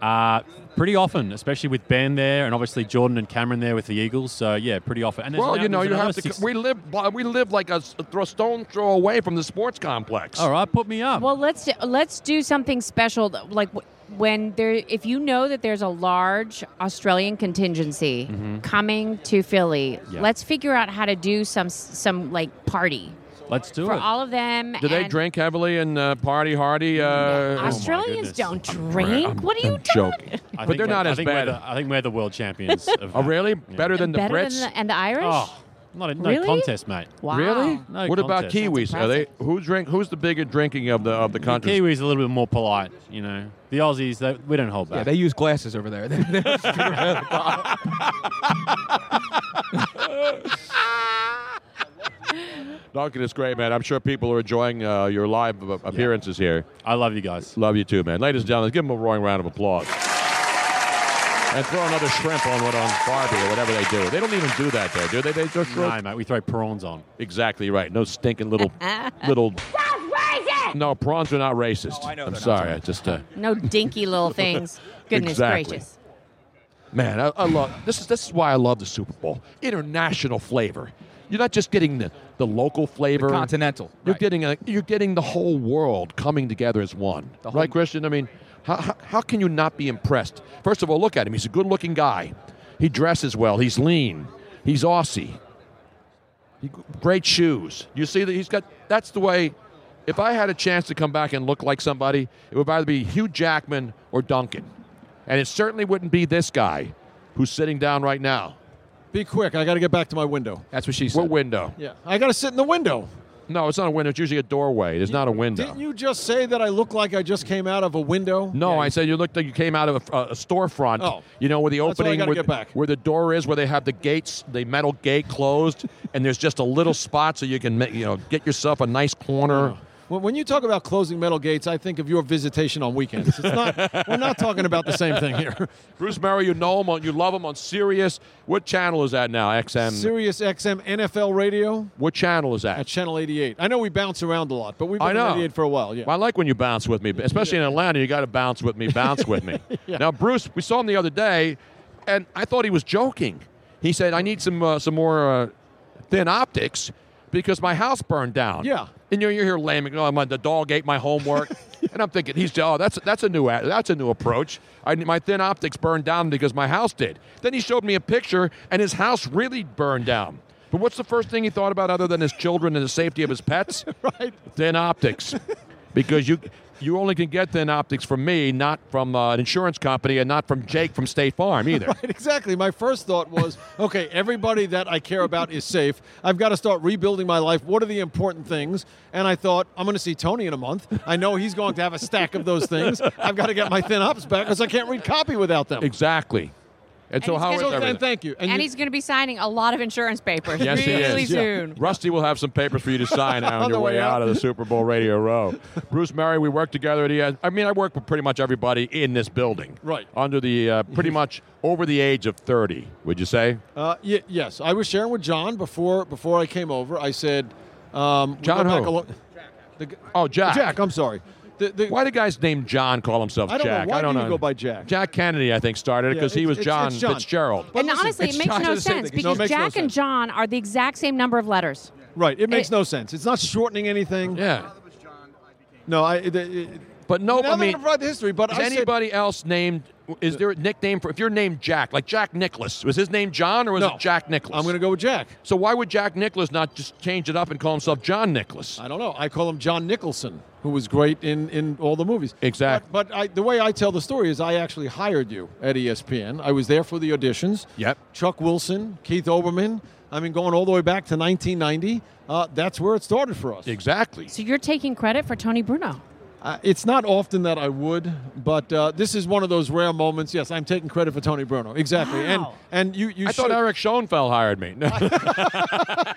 Uh, pretty often, especially with Ben there and obviously Jordan and Cameron there with the Eagles. So, yeah, pretty often. And there's Well, now- you know, there's you have another to. six- We live. by- We live like a, s- a throw, stone throw away from the sports complex. all right, put me up. Well, let's do, let's do something special, th- like wh- when there. If you know that there's a large Australian contingency Mm-hmm. coming to Philly, Yeah. let's figure out how to do some s- some like party Let's do for it. all of them. Do they and- drink heavily and uh, party hardy? Uh, Australians goodness. don't drink. what are you I'm talking? joking. Oh I but think they're we're- not I as think we're bad. the- I think we're the world champions. Of oh, that. really? Yeah. Better than the Better Brits? than the, and the Irish. Oh, not a, no Really? contest, mate. Wow. Really? No what about contest. That's Kiwis? Are they impressive. who drink? Who's the bigger drinking of the of the The country? Kiwis a little bit more polite, you know. The Aussies, they, we don't hold Yeah, back. they use glasses over there. They don't stick around the bottom. Duncan, it's great, man. I'm sure people are enjoying uh, your live uh, appearances here. I love you guys. Love you too, man. Ladies and gentlemen, give them a roaring round of applause. And throw another shrimp on what on Barbie or whatever they do. They don't even do that there, do they? They just throw No, mate, we throw prawns on. Exactly right. No stinking little little. No, prawns are not racist. Oh, I know I'm they're not. sorry. I just uh, No dinky little things. Goodness Exactly. gracious. Man, I, I love this. Is this is why I love the Super Bowl? International flavor. You're not just getting the, the local flavor, continental, You're right. getting a, you're getting the whole world coming together as one. right, Christian? I mean, how, how, how can you not be impressed? First of all, look at him. He's a good-looking guy. He dresses well. He's lean. He's Aussie. He- great shoes. You see that he's got. That's the way. If I had a chance to come back and look like somebody, it would either be Hugh Jackman or Duncan, and it certainly wouldn't be this guy who's sitting down right now. Be quick. I got to get back to my window. That's what she said. What window? Yeah. I got to sit in the window. No, it's not a window. It's usually a doorway. There's not a window. Didn't you just say that I look like I just came out of a window? No, I said you looked like you came out of a, a storefront. Oh. You know, where the That's what I opening, gotta where, get back. where the door is, where they have the gates, the metal gate closed, and there's just a little spot so you can, ma- you know, get yourself a nice corner. Well, when you talk about closing metal gates, I think of your visitation on weekends. It's not. we're not talking about the same thing here. Bruce Murray, you know him, on, you love him on Sirius. What channel is that now? XM. Sirius XM NFL Radio what channel is at that? Channel 88. I know we bounce around a lot, but we've I been know. on 88 for a while. Yeah. Well, I like when you bounce with me, especially in Atlanta. You got to bounce with me, bounce with me. Now, Bruce, we saw him the other day, and I thought he was joking. He said, "I need some uh, some more uh, thin optics because my house burned down." Yeah. and you're, you're here lambing. Oh, my, the dog ate my homework, and I'm thinking, "He's oh, that's that's a new a- that's a new approach." I, my thin optics burned down because my house did. Then he showed me a picture, and his house really burned down. But what's the first thing he thought about other than his children and the safety of his pets? Right. thin optics because you you only can get thin optics from me, not from uh, an insurance company, and not from Jake from State Farm either. Right, exactly. My first thought was, okay, everybody that I care about is safe. I've got to start rebuilding my life. What are the important things? And I thought, I'm going to see Tony in a month. I know he's going to have a stack of those things. I've got to get my thin ups back because I can't read copy without them. Exactly. And, so he's how gonna is So then, everything? thank you. And, you- he's going to be signing a lot of insurance papers Yes, he really is. soon. Rusty will have some papers for you to sign on, On your the way way out out. of the Super Bowl Radio Row. Bruce Murray, we work together at E ES. I mean, I work with pretty much everybody in this building. Right. Under the, uh, pretty much over the age of 30, would you say? Uh, y- yes, I was sharing with John before before I came over. I said, um, we John go back who? a lo- the g- Oh, Jack. Jack, I'm sorry. The, the, Why do guys named John call himself I don't know. Jack? Why I don't do know. you go by Jack? Jack Kennedy, I think, started it Yeah, because he it's- was it's- John, it's John. Fitzgerald. But and listen, honestly, it's it makes John no to the same sense thing. because No, it makes no Jack and sense. John are the exact same number of letters. Right, it makes It- no sense. It's not shortening anything. Yeah. No, I. It, it, But no, now I that mean, I've read the history, but is I said- anybody else named? Is there a nickname for if you're named Jack, like Jack Nicholas? Was his name John or was No. it Jack Nicholas? I'm going to go with Jack. So why would Jack Nicholas not just change it up and call himself John Nicholas? I don't know. I call him John Nicholson, who was great in, in all the movies. Exact- But, but I, the way I tell the story is I actually hired you at E ESPN. I was there for the auditions. Yep. Chuck Wilson, Keith Oberman. I mean, going all the way back to 1990. Uh, that's where it started for us. Exactly. So you're taking credit for Tony Bruno. Uh, it's not often that I would, but uh, this is one of those rare moments. Yes, I'm taking credit for Tony Bruno. Exactly. Wow. And and you you I should, thought Eric Schoenfeld hired me.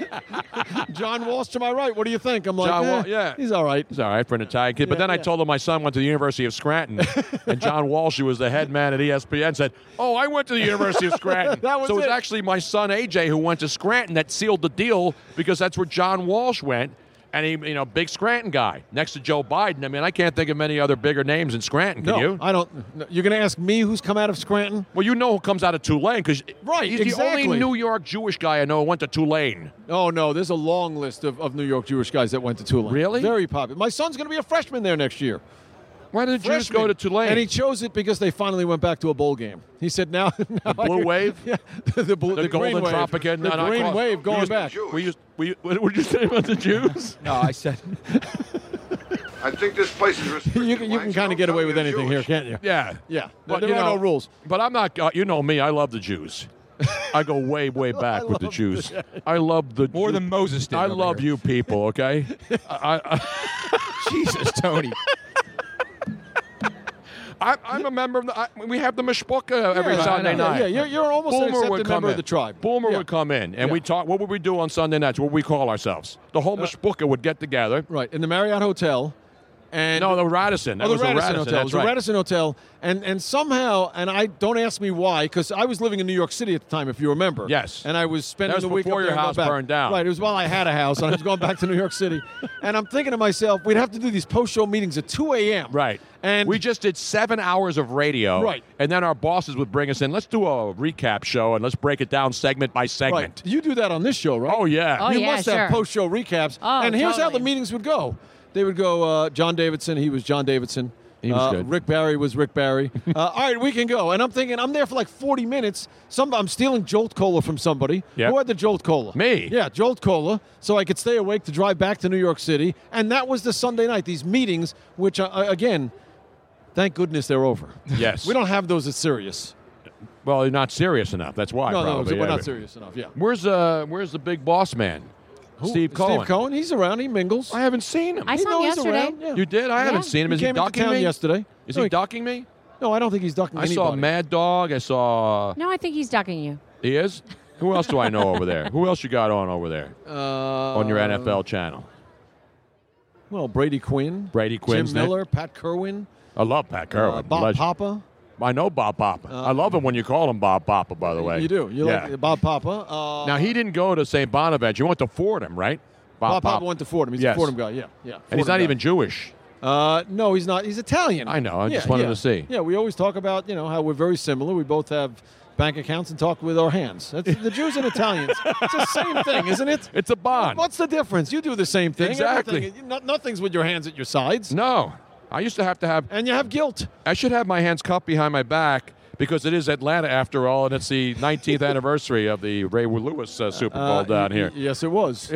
No, John Walsh to my right. What do you think? I'm like, John eh, Wal- yeah. he's all right. It's all right for an Italian kid. but Yeah, then I yeah. told him my son went to the University of Scranton, and John Walsh, who was the head man at E ESPN, said, "Oh, I went to the University of Scranton." That was so it was it. actually my son AJ who went to Scranton that sealed the deal because that's where John Walsh went, and he, you know, big Scranton guy next to Joe Biden. I mean, I can't think of many other bigger names in Scranton. No, Can you? I don't. No, you're going to ask me who's come out of Scranton? well, you know who comes out of Tulane because Right, he's the only exactly. New York Jewish guy I know who went to Tulane. Oh no, there's a long list of, of New York Jewish guys that went to Tulane. Really? Very popular. My son's going to be a freshman there next year. Why did the Jews Freshman. go to Tulane? And he chose it because they finally went back to a bowl game. He said, "Now, now I Blue can- wave? yeah, the, blue, the, the, green Golden wave. Tropican. the and I green call- wave We going used- back." We used, we, what would you say about the Jews? No, I said. I think this place is restricted. You can, you can kind of get away with anything here, can't you? Yeah, Yeah. There you are no rules. But I'm not. Uh, you know me. I love the Jews. I go way, way back with the Jews. I love the More you- than Moses did I over love here. you people. Okay. I, I, Jesus, Tony. I, I'm a member of the. I, we have the mashpuka every Yeah, Sunday yeah, night. Yeah, you're, you're almost an Boomer accepted would come member in. of the tribe. Boomer Yeah. would come in, and Yeah. we talk. What would we do Uh, on Sunday nights? What would we call ourselves? The whole mashpuka would get together. Right in the Marriott Hotel, And No, the Radisson. That oh, the was the Radisson Radisson, Hotel. It was that's right. the Radisson Hotel, and and somehow, and I don't ask me why, because I was living in New York City at the time, if you remember. Yes. And I was spending That was the week up before your there and house going back. burned down. Right. It was while I had a house, and I was going back to New York City, and I'm thinking to myself, we'd have to do these post-show meetings at 2 a.m. Right. And we just did seven hours of radio. Right. And then our bosses would bring us in. Let's do a recap show and let's break it down segment by segment. You do that on this show, right? Oh, yeah. you must have post show recaps. Oh, and here's how the meetings would go. They would go uh, John Davidson, he was John Davidson. He was Uh, good. Rick Barry was Rick Barry. uh, all right, we can go. And I'm thinking, I'm there for like 40 minutes. Some, I'm stealing Jolt Cola from somebody. Yep. Who had the Jolt Cola? Me. Yeah, Jolt Cola, so I could stay awake to drive back to New York City. And that was the Sunday night, these meetings, which, uh, uh, again, thank goodness they're over. Yes. we don't have those as serious. Well, you're not serious enough. That's why. no, probably. no, we're Yeah. not serious enough, yeah. Where's uh Where's the big boss man? Steve Cohen. Steve Cohen, he's around. He mingles. I haven't seen him. I saw him yesterday. You did? I haven't seen him. Is he, came into ducking town me? yesterday. Is No, he ducking me? No, I don't think he's ducking I anybody. saw Mad Dog. I saw. No, I think he's ducking you. He is. Who else do I know over there? Who else you got on over there Uh, on your NFL channel? Well, Brady Quinn. Brady Quinn's Jim there. Miller, Pat Kerwin. I love Pat Kerwin. uh, Bob Legend. Papa. I know Bob Papa. I love him when you call him Bob Papa. By the way, You do. You yeah. like Bob Papa. Uh, now he didn't go to St. Bonaventure. He went to Fordham, right? Bob Papa went to Fordham. He's Yes. a Fordham guy. Yeah, yeah. and Fordham he's not guy. even Jewish. Uh, no, he's not. He's Italian. I know. I just wanted yeah. to see. Yeah, we always talk about you know how we're very similar. We both have bank accounts and talk with our hands. That's, the Jews and Italians. It's the same thing, isn't it? It's a bond. What's the difference? You do the same thing. Exactly. Everything- no- nothing's with your hands at your sides. No, I used to have to have. And you have guilt. I should have my hands cupped behind my back because it is Atlanta after all, and it's the 19th anniversary of the Ray Lewis uh, Super Bowl Uh, down y- here. y- Yes, it was.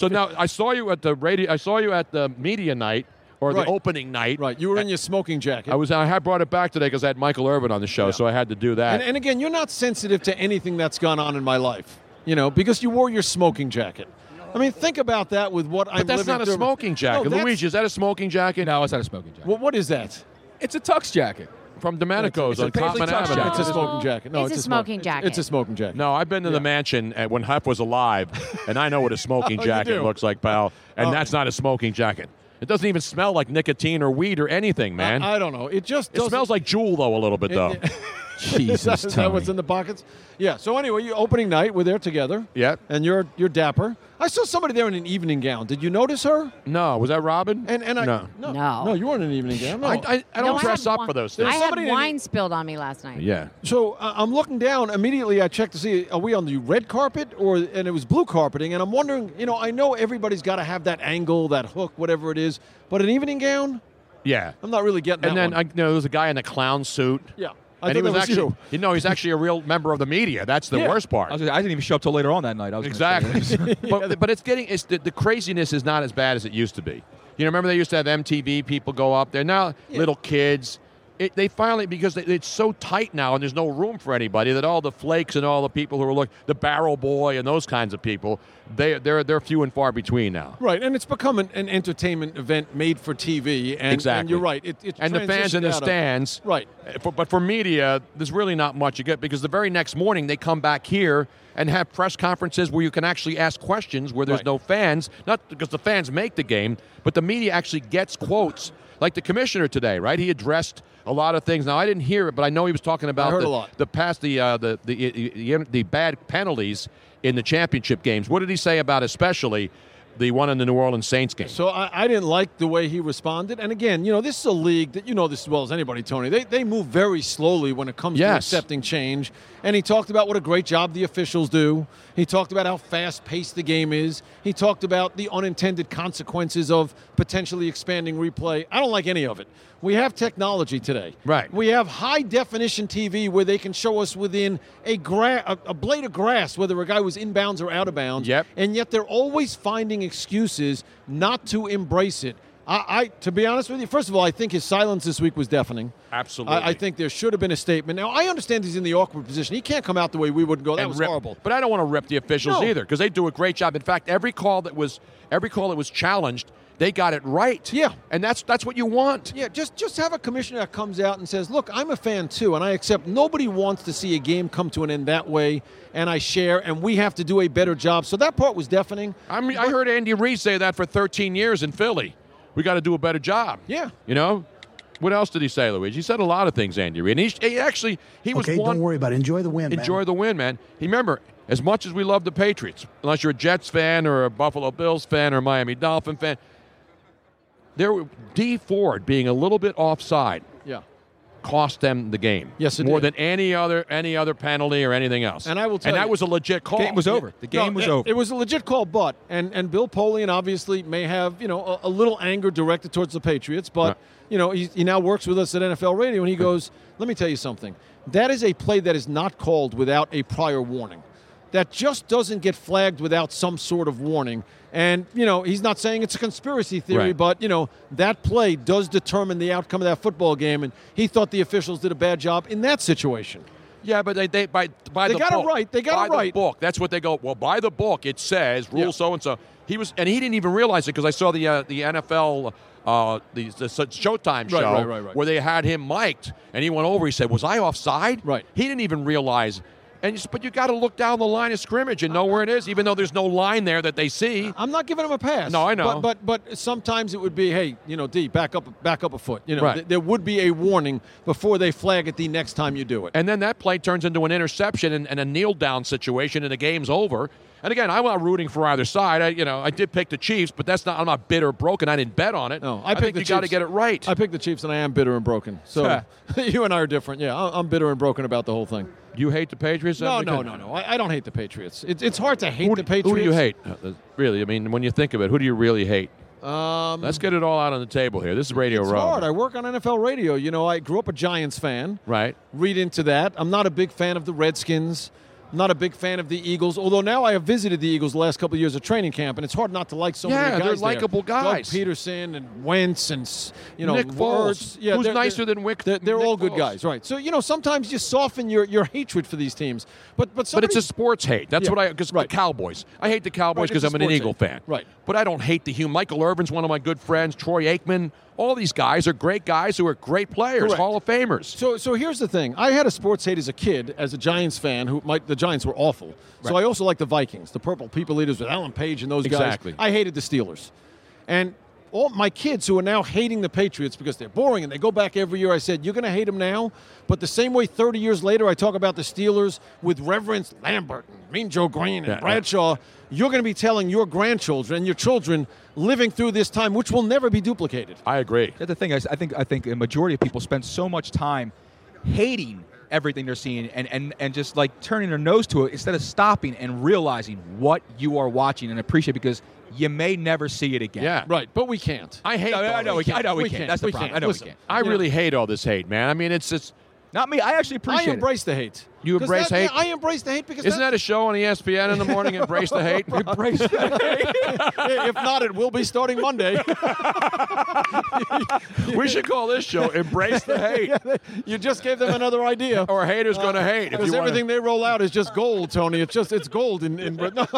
So now I saw you at the radio. I saw you at the media night or Right. the opening night. Right. You were in your smoking jacket. I was. I had brought it back today because I had Michael Irvin on the show, so I had to do that. And, and again, you're not sensitive to anything that's gone on in my life, you know, because you wore your smoking jacket. I mean, think about that with what but I'm. that's living not a through. smoking No, jacket, that's- Luigi. Is that a smoking jacket? No, it's not a smoking jacket. Wha- what is that? It's a tux jacket. From Domenico's It's a on Paisley Common tux Avenue. jacket. It's a smoking jacket. No, It's it's, a smoke- smoking it's- jacket. It's a smoking jacket. No, I've been to the mansion at, when Huff was alive, and I know what a smoking Oh, you jacket do? Oh. looks like, pal. And that's not a smoking jacket. It doesn't even smell like nicotine or weed or anything, man. I, I don't know. It just it doesn't- smells like Jewel though a little bit It- though. it- Jesus, is that what's in the pockets? Yeah. So anyway, you opening night, we're there together. Yeah. And you're you're dapper. I saw somebody there in an evening gown. Did you notice her? No, was that Robin? And and I No. no No. no you weren't in an evening gown. No. I, I, I don't No, dress had up wi- for those I things. had Somebody didn't- wine spilled on me last night. yeah. So uh, I'm looking down immediately. I check to see are we on the red carpet or and it was blue carpeting. And I'm wondering, you know, I know everybody's got to have that angle, that hook, whatever it is. But an evening gown, Yeah. I'm not really getting. And that then one. I, you know, there was a guy in a clown suit. yeah, I And thought he that was, actually, you. you know, he's actually a real member of the media. That's the Yeah. worst I, part. was gonna- I didn't even show up till later on that night. I was gonna say that. Exactly. but, but it's getting it's the, the craziness is not as bad as it used to be. You know, remember they used to have MTV people go up there. Now little kids, it, they finally because they, it's so tight now and there's no room for anybody that all the flakes and all the people who are look the barrel boy and those kinds of people they they're they're few and far between now. Right, and it's become an, an entertainment event made for TV, and, and Exactly. you're right. It, it's and the fans transitioned in the out of- stands. right, Uh, For, but for media, there's really not much you get because the very next morning they come back here and have press conferences where you can actually ask questions where there's Right. no fans. Not because the fans make the game, but the media actually gets quotes. Like the commissioner today, right? He addressed a lot of things. Now I didn't hear it, but I know he was talking about heard a the, lot. the past the, uh, the, the the the bad penalties in the championship games. What did he say about especially the one in the New Orleans Saints game? So I, I didn't like the way he responded. And again, you know, this is a league that you know this as well as anybody, Tony. They, they move very slowly when it comes to Yes. accepting change. And he talked about what a great job the officials do. He talked about how fast paced the game is. He talked about the unintended consequences of potentially expanding replay. I don't like any of it. We have technology today. Right. We have high definition TV where they can show us within a, gra- a, a blade of grass whether a guy was inbounds or out of bounds. Yep. And yet they're always finding excuses not to embrace it. I, I, to be honest with you, first of all, I think his silence this week was deafening. Absolutely. I, I think there should have been a statement. Now I understand he's in the awkward position. He can't come out the way we would and go. That and was rip- horrible. But I don't want to rip the officials No. either because they do a great job. In fact, every call that was every call that was challenged, They got it right. Yeah. And that's that's what you want. Yeah, just just have a commissioner that comes out and says, "Look, I'm a fan too, and I accept nobody wants to see a game come to an end that way, and I share, and we have to do a better job." So that part was deafening. I mean, I heard Andy Reid say that for 13 years in Philly. We got to do a better job. Yeah. You know? What else did he say, Luigi? He said a lot of things, Andy Reid. And he, he actually he was okay, one don't worry about it. Enjoy the win. man. Enjoy the win, man. Remember, as much as we love the Patriots, unless you're a Jets fan or a Buffalo Bills fan or a Miami Dolphin fan, there were- D Ford being a little bit offside Yeah. cost them the game. Yes, it more did. than any other any other penalty or anything else. And I will tell and you- that was a legit call. No, it- It was a legit call, but and and Bill Polian obviously may have you know a, a little anger directed towards the Patriots, but you know he, he now works with us at NFL Radio, and he goes, "Let me tell you something. That is a play that is not called without a prior warning. That just doesn't get flagged without some sort of warning." And you know he's not saying it's a conspiracy theory, Right. but you know that play does determine the outcome of that football game, and he thought the officials did a bad job in that situation. Yeah, but they, they by by They the got it book. right. They got by it right. The book. That's what they go. Well, by the book, it says rule Yeah. so and so. He was, and he didn't even realize it because I saw the uh, the NFL. Uh, the, the s- Showtime show Right, right, right, right. where they had him mic'd, and he went over. He said, "Was I offside?" Right. He didn't even realize. And you s- but you got to look down the line of scrimmage and know where it is, even though there's no line there that they see. I'm not giving him a pass. No, I know. But but, but sometimes it would be, hey, you know, D, back up, back up a foot. You know, Right. th- there would be a warning before they flag it the next time you do it. And then that play turns into an interception and, and a kneel down situation, and the game's over. And again, I'm not rooting for either side. I, you know, I did pick the Chiefs, but that's not. I'm not bitter, or broken. I didn't bet on it. No, I, think the you got to Chiefs. get it right. I picked the Chiefs, and I am bitter and broken. So you and I are different. Yeah, I- I'm bitter and broken about the whole thing. You hate the Patriots? then? No, no, Because- no, no. I, I don't hate the Patriots. It's it's hard to hate the Patriots. Who do you hate? Uh, uh, Really? I mean, when you think of it, who do you really hate? Um, Let's get it all out on the table here. This is Radio it's Row. hard. I work on NFL radio. You know, I grew up a Giants fan. Right. Read into that. I'm not a big fan of the Redskins. I'm not a big fan of the Eagles. Although now I have visited the Eagles the last couple of years of training camp, and it's hard not to like so Yeah, many guys. they're there. likable Doug guys. Peterson and Wentz and s- you know Nick Foles, Wirtz. Yeah, who's they're- they're- nicer than Wick. They're, they're Nick all good Foles. guys, right? So you know sometimes you soften your, your hatred for these teams, but but But somebody, it's a sports hate. That's Yeah. what I because the Cowboys. I hate the Right, Cowboys it's because a I'm an sports Eagle hate. fan. Right. But I don't hate the human. Michael Irvin's one of my good friends. Troy Aikman. All these guys are great guys who are great players, Correct. Hall of Famers. So, so here's the thing. I had a sports hate as a kid, as a Giants fan. Who my, the Giants were awful. So I also liked the Vikings, the Purple People Eaters with Alan Page and those Exactly. guys. I hated the Steelers, and all my kids who are now hating the Patriots because they're boring and they go back every year. I said, "You're going to hate them now, but the same way 30 years later, I talk about the Steelers with reverence, Lambert, and Mean Joe Green, and Yeah, yeah. Bradshaw." You're going to be telling your grandchildren and your children living through this time, which will never be duplicated. I agree. That's the thing. I, s- I think I think a majority of people spend so much time hating everything they're seeing and, and, and just like turning their nose to it instead of stopping and realizing what you are watching and appreciate because you may never see it again. Yeah. Right, but we can't. I hate. No, I all know this we can't. I know we can't. That's the We problem. can't. I know we Listen, can't. I You know- really hate all this hate, man. I mean, it's just not me. I actually appreciate it. embrace the hate. You embrace hate. I embrace the hate because Isn't that a show on E ESPN in the morning? Embrace the hate. Embrace the hate. if not, it will be starting Monday. we should call this show "Embrace the Hate." you just gave them another idea. Or haters gonna hate, if you Because wanna- Uh, everything they roll out is just gold, Tony. It's just it's gold. In, in no,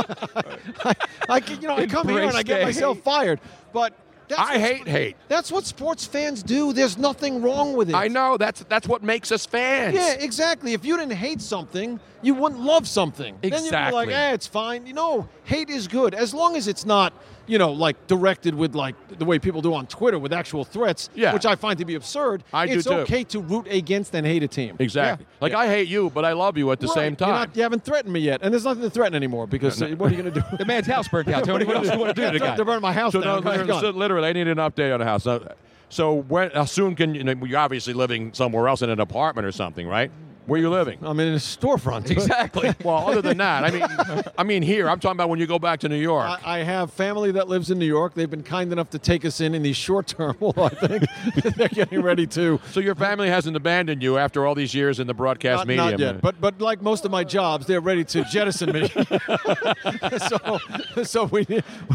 I, I, can- you know, I come here and I Embrace get the myself hate. fired. But that's I what- hate hate. That's what sports fans do. There's nothing wrong with it. I know that's that's what makes us fans. Yeah, exactly. If you didn't hate something, you wouldn't love something. Then you'd be like, Exactly. eh, it's fine. You know, hate is good as long as it's not, you know, like directed with like the way people do on Twitter with actual threats, Yeah. which I find to be absurd. I do it's too. okay to root against and hate a team. Exactly. Like I hate you, but I love you at the Right. same You're time. not- you haven't threatened me yet, and there's nothing to threaten anymore because uh, what are you going to do? the man's house burned down, Tony. What else do you want to do to the guy? They're burning my house so down. No, Come on, literally, come on. literally, I need an update on the house. So, so when, how soon can you? know, You're obviously living somewhere else in an apartment or something, right? Where are you living? I'm in a storefront. Exactly. well, other than that, I mean, I mean here. I'm talking about when you go back to New York. I, I have family that lives in New York. They've been kind enough to take us in in the short term. Well, I think they're getting ready to. so your family hasn't abandoned you after all these years in the broadcast Not, medium. not yet, but but like most of my jobs, they're ready to jettison me. so so we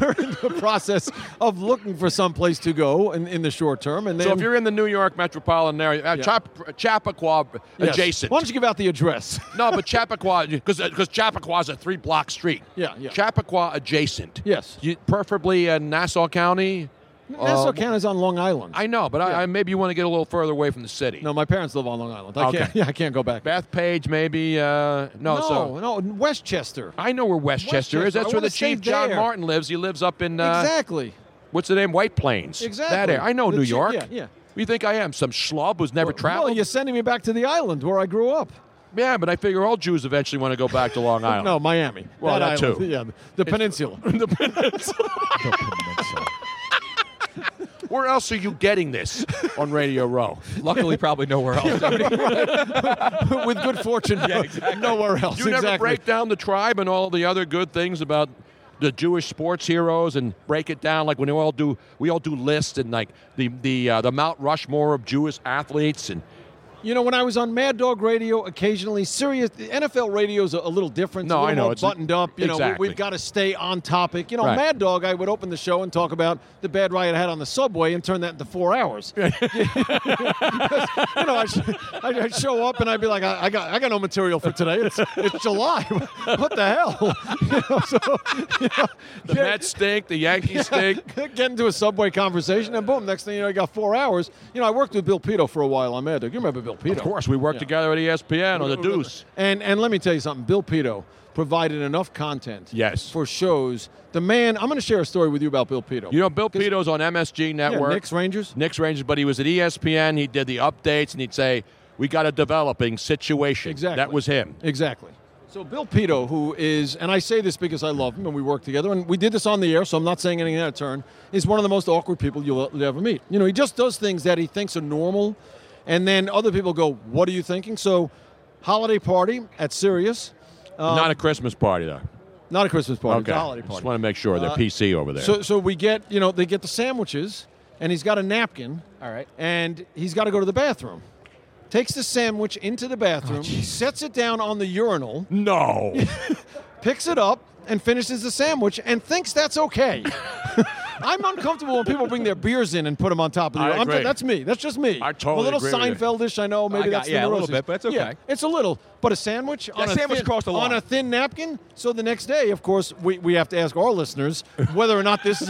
we're in the process of looking for some place to go in, in the short term. And then, so if you're in the New York metropolitan area, uh, Yeah. Chap- Chappaqua uh, Yes. adjacent. why don't you give out the address? no, but Chappaqua, because Chappaqua is a three block street. Yeah, yeah. Chappaqua adjacent. Yes. You, preferably uh, Nassau County, Nassau County's on Long Island. I know, but I, I maybe you want to get a little further away from the city. No, my parents live on Long Island. I can't- yeah, I can't go back. Bethpage, maybe. Uh, no, no, so no, in Westchester. I know where Westchester, is. Westchester, I That's where wanna the stay chief John there. Martin lives. He lives up in uh, Exactly. What's the name? White Plains. Exactly. That area. I know The New chi- York. yeah, yeah. You think I am some schlub who's never traveled? Well, you're sending me back to the island where I grew up. Yeah, but I figure all Jews eventually want to go back to Long Island. No, Miami. Well, that, island. too. Yeah, the peninsula. the peninsula. Where else are you getting this on Radio Row? Luckily, probably nowhere else. With good fortune, nowhere else. You never exactly. break down the tribe and all the other good things about the Jewish sports heroes and break it down like when we all do. We all do lists and like the the uh, the Mount Rushmore of Jewish athletes and You know, when I was on Mad Dog Radio, occasionally serious the NFL radio's a, a little different. No, a I little know, more it's- buttoned up. You know, exactly. we, have got to stay on topic. You know, Right. Mad Dog, I would open the show and talk about the bad ride I had on the subway and turn that into four hours. you know, I'd, sh- I'd- I'd show up and I'd be like, I, I got, I got no material for today. It's, it's July. what the hell? You know, so, you know, the Mets stink, the Yankees stink. Get into a subway conversation, and boom, next thing you know, I got four hours. You know, I worked with Bill Pito for a while on Mad Dog. You remember Bill Pito? Of course, we work together at E ESPN on Oh, the Deuce. And and let me tell you something, Bill Pito provided enough content yes. for shows. The man, I'm going to share a story with you about Bill Pito. You know, Bill Pito's on MSG Network. Knicks Rangers? Knicks Rangers, but he was at E ESPN. He did the updates, and he'd say, "We got a developing situation." Exactly. That was him. Exactly. So Bill Pito, who is, and I say this because I love him and we work together, and we did this on the air, so I'm not saying anything out of turn, is one of the most awkward people you'll, you'll ever meet. You know, he just does things that he thinks are normal, and then other people go, what are you thinking? So, holiday party at Sirius. Um, Not a Christmas party, though. not a Christmas party, okay. it's a holiday party. Just want to make sure they're Uh, PC over there. So, so we get, you know, they get the sandwiches, and he's got a napkin. All right. And he's got to go to the bathroom. Takes the sandwich into the bathroom, sets it down on the urinal. No. picks it up and finishes the sandwich and thinks that's okay. I'm uncomfortable when people bring their beers in and put them on top of the. I I'm agree. that's me. That's just me. I a totally little agree with you. Seinfeldish. I know. Maybe I got- that's the yeah, a little neurosis. bit, but it's okay. Yeah, it's a little, but a sandwich That on a sandwich thin, crossed the on line. a thin napkin. So the next day, of course, we, we have to ask our listeners whether or not this is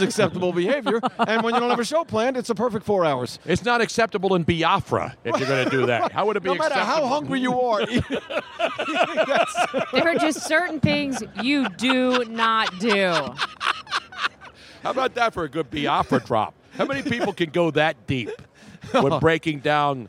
acceptable behavior. And when you don't have a show planned, it's a perfect four hours. It's not acceptable in Biafra if you're going to do that. How would it be No matter acceptable? how hungry you are, there are just certain things you do not do. How about that for a good Biafra drop? How many people can go that deep when breaking down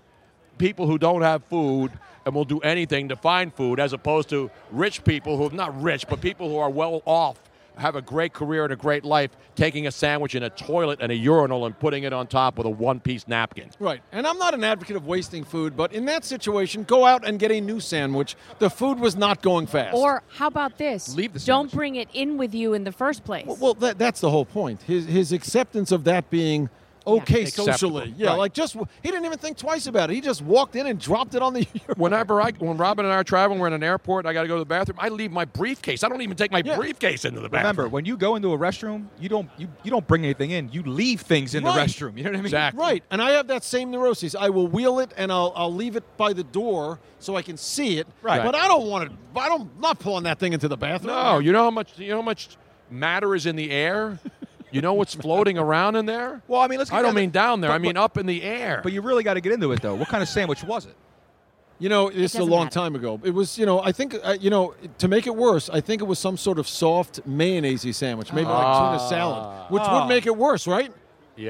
people who don't have food and will do anything to find food as opposed to rich people who not rich, but people who are well off, have a great career and a great life, taking a sandwich in a toilet and a urinal and putting it on top with a one piece napkin. Right. And I'm not an advocate of wasting food, but in that situation, go out and get a new sandwich. The food was not going fast. Or how about this? Leave the Don't bring it in with you in the first place. well, that, that's the whole point. His his acceptance of that being okay Acceptable. socially. Yeah, Right. like just he didn't even think twice about it. He just walked in and dropped it on the Whenever I, when Robin and I are traveling, we're in an airport, I got to go to the bathroom, I leave my briefcase. I don't even take my briefcase into the bathroom. Remember, when you go into a restroom, you don't you, you don't bring anything in. You leave things in the Right. restroom. You know what I mean? Right. And I have that same neuroses. I will wheel it and I'll, I'll leave it by the door so I can see it. Right. But I don't want to. I don't. I'm not pulling that thing into the bathroom. No, you know how much you know how much matter is in the air. You know what's floating around in there. Well, I mean, let's. Get I don't down to- mean down there. but- I mean but- up in the air. But you really got to get into it though. What kind of sandwich was it? You know, it's a doesn't long matter. time ago. It was, you know, I think, uh, you know, to make it worse, I think it was some sort of soft mayonnaise sandwich, maybe like Ah. tuna salad, which Ah. would make it worse, right?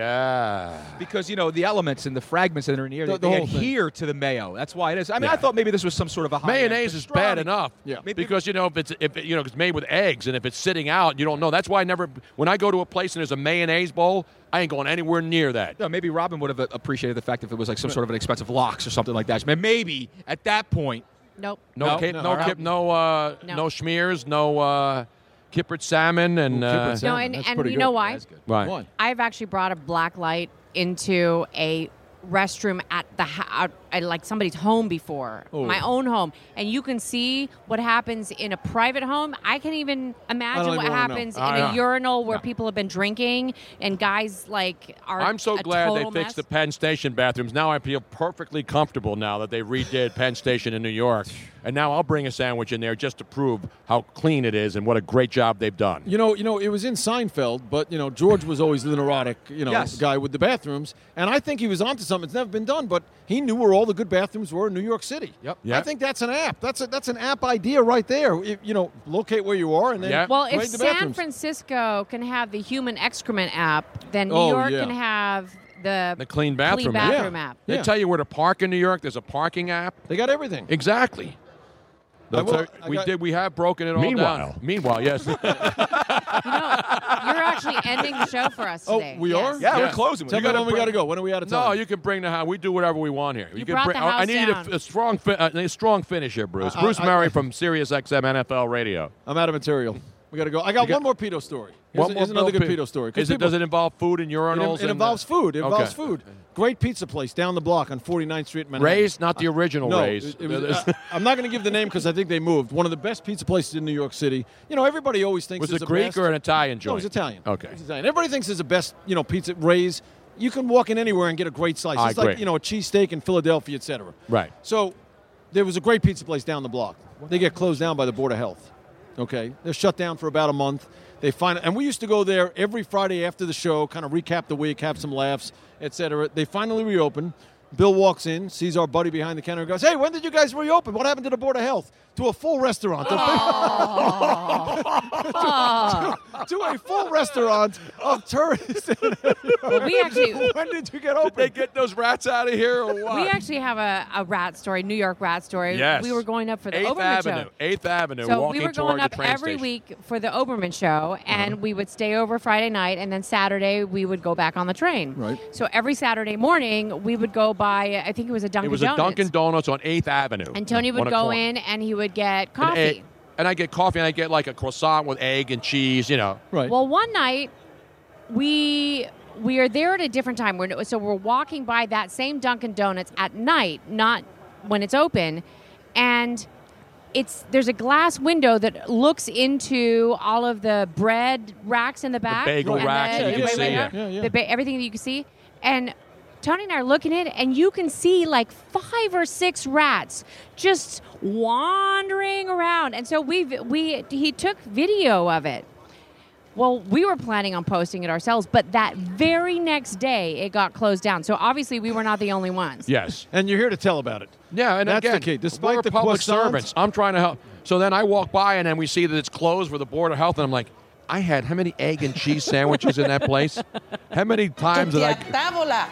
Yeah. Because you know the elements and the fragments that are in the air, The- they- the they whole thing. adhere to the mayo. That's why it is. I mean, I Yeah. thought maybe this was some sort of a high-end Mayonnaise is pastrami. bad enough. Yeah. Maybe- Because you know if it's if it, you know it's made with eggs and if it's sitting out, you don't know. That's why I never when I go to a place and there's a mayonnaise bowl, I ain't going anywhere near that. No, maybe Robin would have uh, appreciated the fact if it was like some sort of an expensive lox or something like that. Maybe at that point, Nope. No, No, kip, no, no, all right. kip, no, uh, no, No. schmears, no uh, kippered salmon, and uh, No, and, and you know why? Right. I've actually brought a black light into a restroom at the ho- at like somebody's home before, Oh. my own home, and you can see what happens in a private home. I can even imagine even what wanna know. happens I in know. a urinal where people have been drinking and guys like are. I'm so a glad they total fixed the mess. Penn Station bathrooms. Now I feel perfectly comfortable now that they redid Penn Station in New York and now I'll bring a sandwich in there just to prove how clean it is and what a great job they've done. You know, you know, it was in Seinfeld, but you know, George was always the neurotic, you know, Yes. guy with the bathrooms, and I think he was onto something. It's never been done, but he knew where all the good bathrooms were in New York City. Yep. I Yeah. think that's an app. That's a, that's an app idea right there. If- you know, locate where you are and then Well, grade if the San bathrooms. Francisco can have the human excrement app, then New Oh, York yeah. can have the The clean bathroom, bathroom app. They Yeah. tell you where to park in New York. There's a parking app. They got everything. Exactly. I will- That's how- I we got- did. We have broken it all Meanwhile. down. Meanwhile, yes. You're actually ending the show for Oh, us today. Yes. Yeah, we're closing. Tell me when we gotta go. When are we out of No, time? you can bring the house. We do whatever we want here. You, can brought bring, the I- I house need down. a, a strong, fi- uh, a strong finish here, Bruce. I- I- Bruce I- Murray from Sirius XM NFL Radio. I'm out of material. We got to go. I got, You got- one more pedo story. Here's, One here's more another Bill good Pe- pedo story. 'Cause Is it, people- does it involve food and urinals? It, it and, uh, involves food. It okay. involves food. Great pizza place down the block on 49th Street, in Manhattan. Uh, Ray's? Not the original no, Ray's. it- it was- I- I'm not going to give the name because I think they moved. One of the best pizza places in New York City. You know, everybody always thinks Was it's it the Greek best- or an Italian No, it was joint? Italian. Okay. It was Italian. Everybody thinks it's the best, you know, pizza Ray's. You can walk in anywhere and get a great slice. I it's like agree. you know a cheesesteak in Philadelphia, etc. Right. So there was a great pizza place down the block. They get closed down by the Board of Health. Okay. They're shut down for about a month. They find and we used to go there every Friday after the show, kind of recap the week, have some laughs, etc. They finally reopen. Bill walks in, sees our buddy behind the counter, and goes, Hey, when did you guys reopen? What happened to the Board of Health? To a full restaurant. to, to a full restaurant of tourists. Well, we actually- when did you get open? Did they get those rats out of here or what? We actually have a, a rat story, New York rat story. Yes. We were going up for the Eighth Oberman Avenue. show. Eighth Avenue. So walking we were toward going up the train every station. Uh-huh. week for the Oberman show, and we would stay over Friday night, and then Saturday we would go back on the train. Right. So every Saturday morning we would go by. I think it was a Dunkin' It was Donuts. a Dunkin' Donuts on Eighth Avenue. And Tony On would a go corner. in, and he would get And coffee. egg- and I get coffee and I get like a croissant with egg and cheese. You know. Right. Well, one night we we are there at a different time. We're, so we're walking by that same Dunkin' Donuts at night, not when it's open, and it's there's a glass window that looks into all of the bread racks in the back, bagel racks that you can wait, wait, see, wait, yeah. Yeah, yeah. the ba- everything that you can see, and. Tony and I are looking at it, and you can see like five or six rats just wandering around. And so we we he took video of it. Well, we were planning on posting it ourselves, but that very next day it got closed down. So obviously we were not the only ones. Yes. And you're here to tell about it. Yeah, and That's again, the key. Despite we're the public croissants- servants, I'm trying to help. So then I walk by and then we see that it's closed for the Board of Health, and I'm like, I had how many egg and cheese sandwiches in that place? How many times did I? a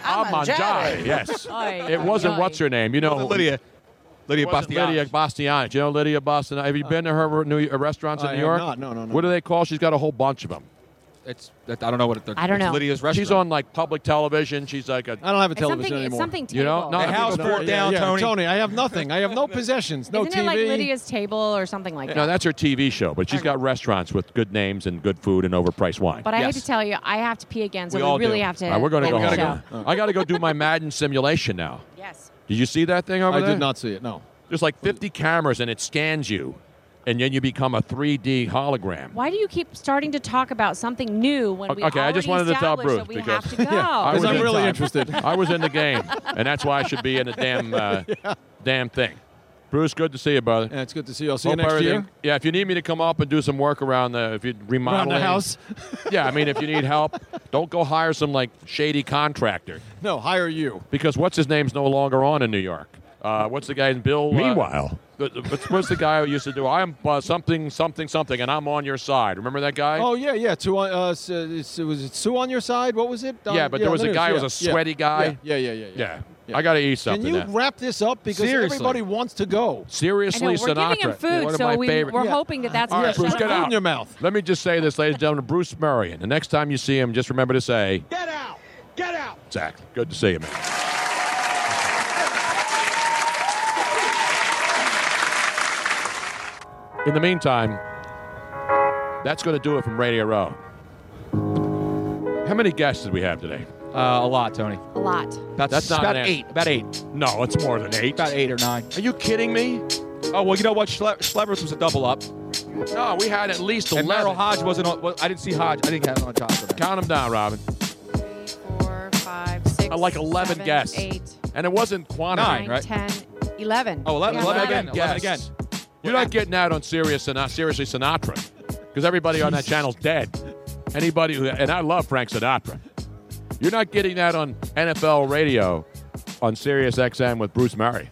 Ah, mangiare, Yes. it wasn't what's her name, you know, Lydia- Lydia It wasn't Bastianich. Uh, Lydia Bastianich. You know, Lydia Bastianich. Have you been to her new uh, restaurants I in New have York? not. No, no, no. What do they call? She's got a whole bunch of them. It's that, I don't know what it, I don't it's know. Lydia's restaurant. She's on like public television. She's like a. I don't have a It's television something- it's anymore. something You know, table. The house burnt down, Tony. I have nothing. I have no possessions. No Isn't TV. it like Lydia's table or something like No, that? that's her TV show, but she's got restaurants with good names and good food and overpriced wine. But I hate to tell you, I have to pee again, so we, really have to. All right, we're going to end go. the home. show. I got to go do my Madden simulation now. Yes. Did you see that thing over I there? did not see it. No. There's like 50 cameras and it scans you, and then you become a 3D hologram. Why do you keep starting to talk about something new when we okay, I just wanted to tell established Bruce that we because have to go? I was in- interested. I was in the game, and that's why I should be in the damn uh, damn thing. Bruce, good to see you, brother. Yeah, it's good to see you. I'll see you Hope next everything- year. Yeah, if you need me to come up and do some work around the, if you remodel house? yeah, I mean, if you need help, don't go hire some like shady contractor. No, hire you. Because what's his name's no longer on in New York. Uh, what's the guy in Bill? uh, Meanwhile. the- the- what's, what's the guy who used to do? I'm uh, something, something, something, and I'm on your side. Remember that guy? Oh yeah, yeah. Two on, uh, s- uh, it's- was it Sue on your side? What was it? Uh, yeah, but there was a Lydia's, guy who yeah, was a yeah, sweaty guy. Yeah, yeah, yeah, yeah. yeah. Yeah. I got to eat Can something. you now. wrap this up because Seriously. everybody wants to go? Seriously, I know, we're Sinatra. giving him food, one of so my we- favorite. we're Yeah. hoping that that's All gonna right, Bruce, shut get up. out. Food in your mouth. Let me just say this, ladies and gentlemen. Bruce Murray. And the next time you see him, just remember to say, Get out! Get out! Exactly. Good to see you, man. In the meantime, that's going to do it from Radio Row. How many guests did we have today? Uh, a lot, Tony. A lot. That's, That's not about an eight. answer. About eight. No, it's more than eight. About eight or nine. Are you kidding me? Oh well, you know what? Schle- Schlevers was a double up. No, we had at least And 11. Merrill Hodge wasn't on. well, I didn't see Hodge. I didn't have him on top of that. Count them down, Robin. Four, five, six, I like 11 seven, guests. eight, And it wasn't quantity. nine, ten, eleven. Oh, eleven- Yeah, eleven eleven. again. Eleven again. You're not getting out on serious Sinatra, seriously Sinatra, because everybody on that channel's dead. Anybody who, and I love Frank Sinatra. You're not getting that on NFL radio on Sirius XM with Bruce Murray.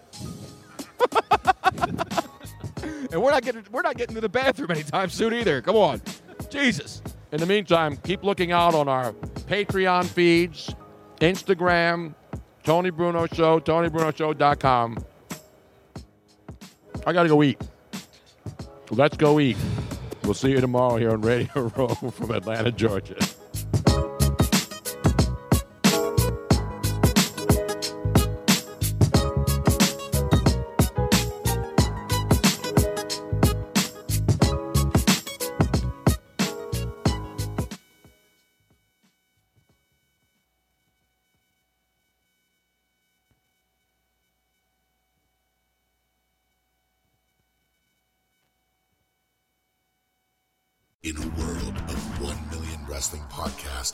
and we're not getting we're not getting to the bathroom anytime soon either. Come on, Jesus. In the meantime, keep looking out on our Patreon feeds, Instagram, Tony Bruno Show, TonyBrunoShow.com. I gotta go eat. Let's go eat. We'll see you tomorrow here on Radio Row from Atlanta, Georgia. In a world of 1 million wrestling podcasts,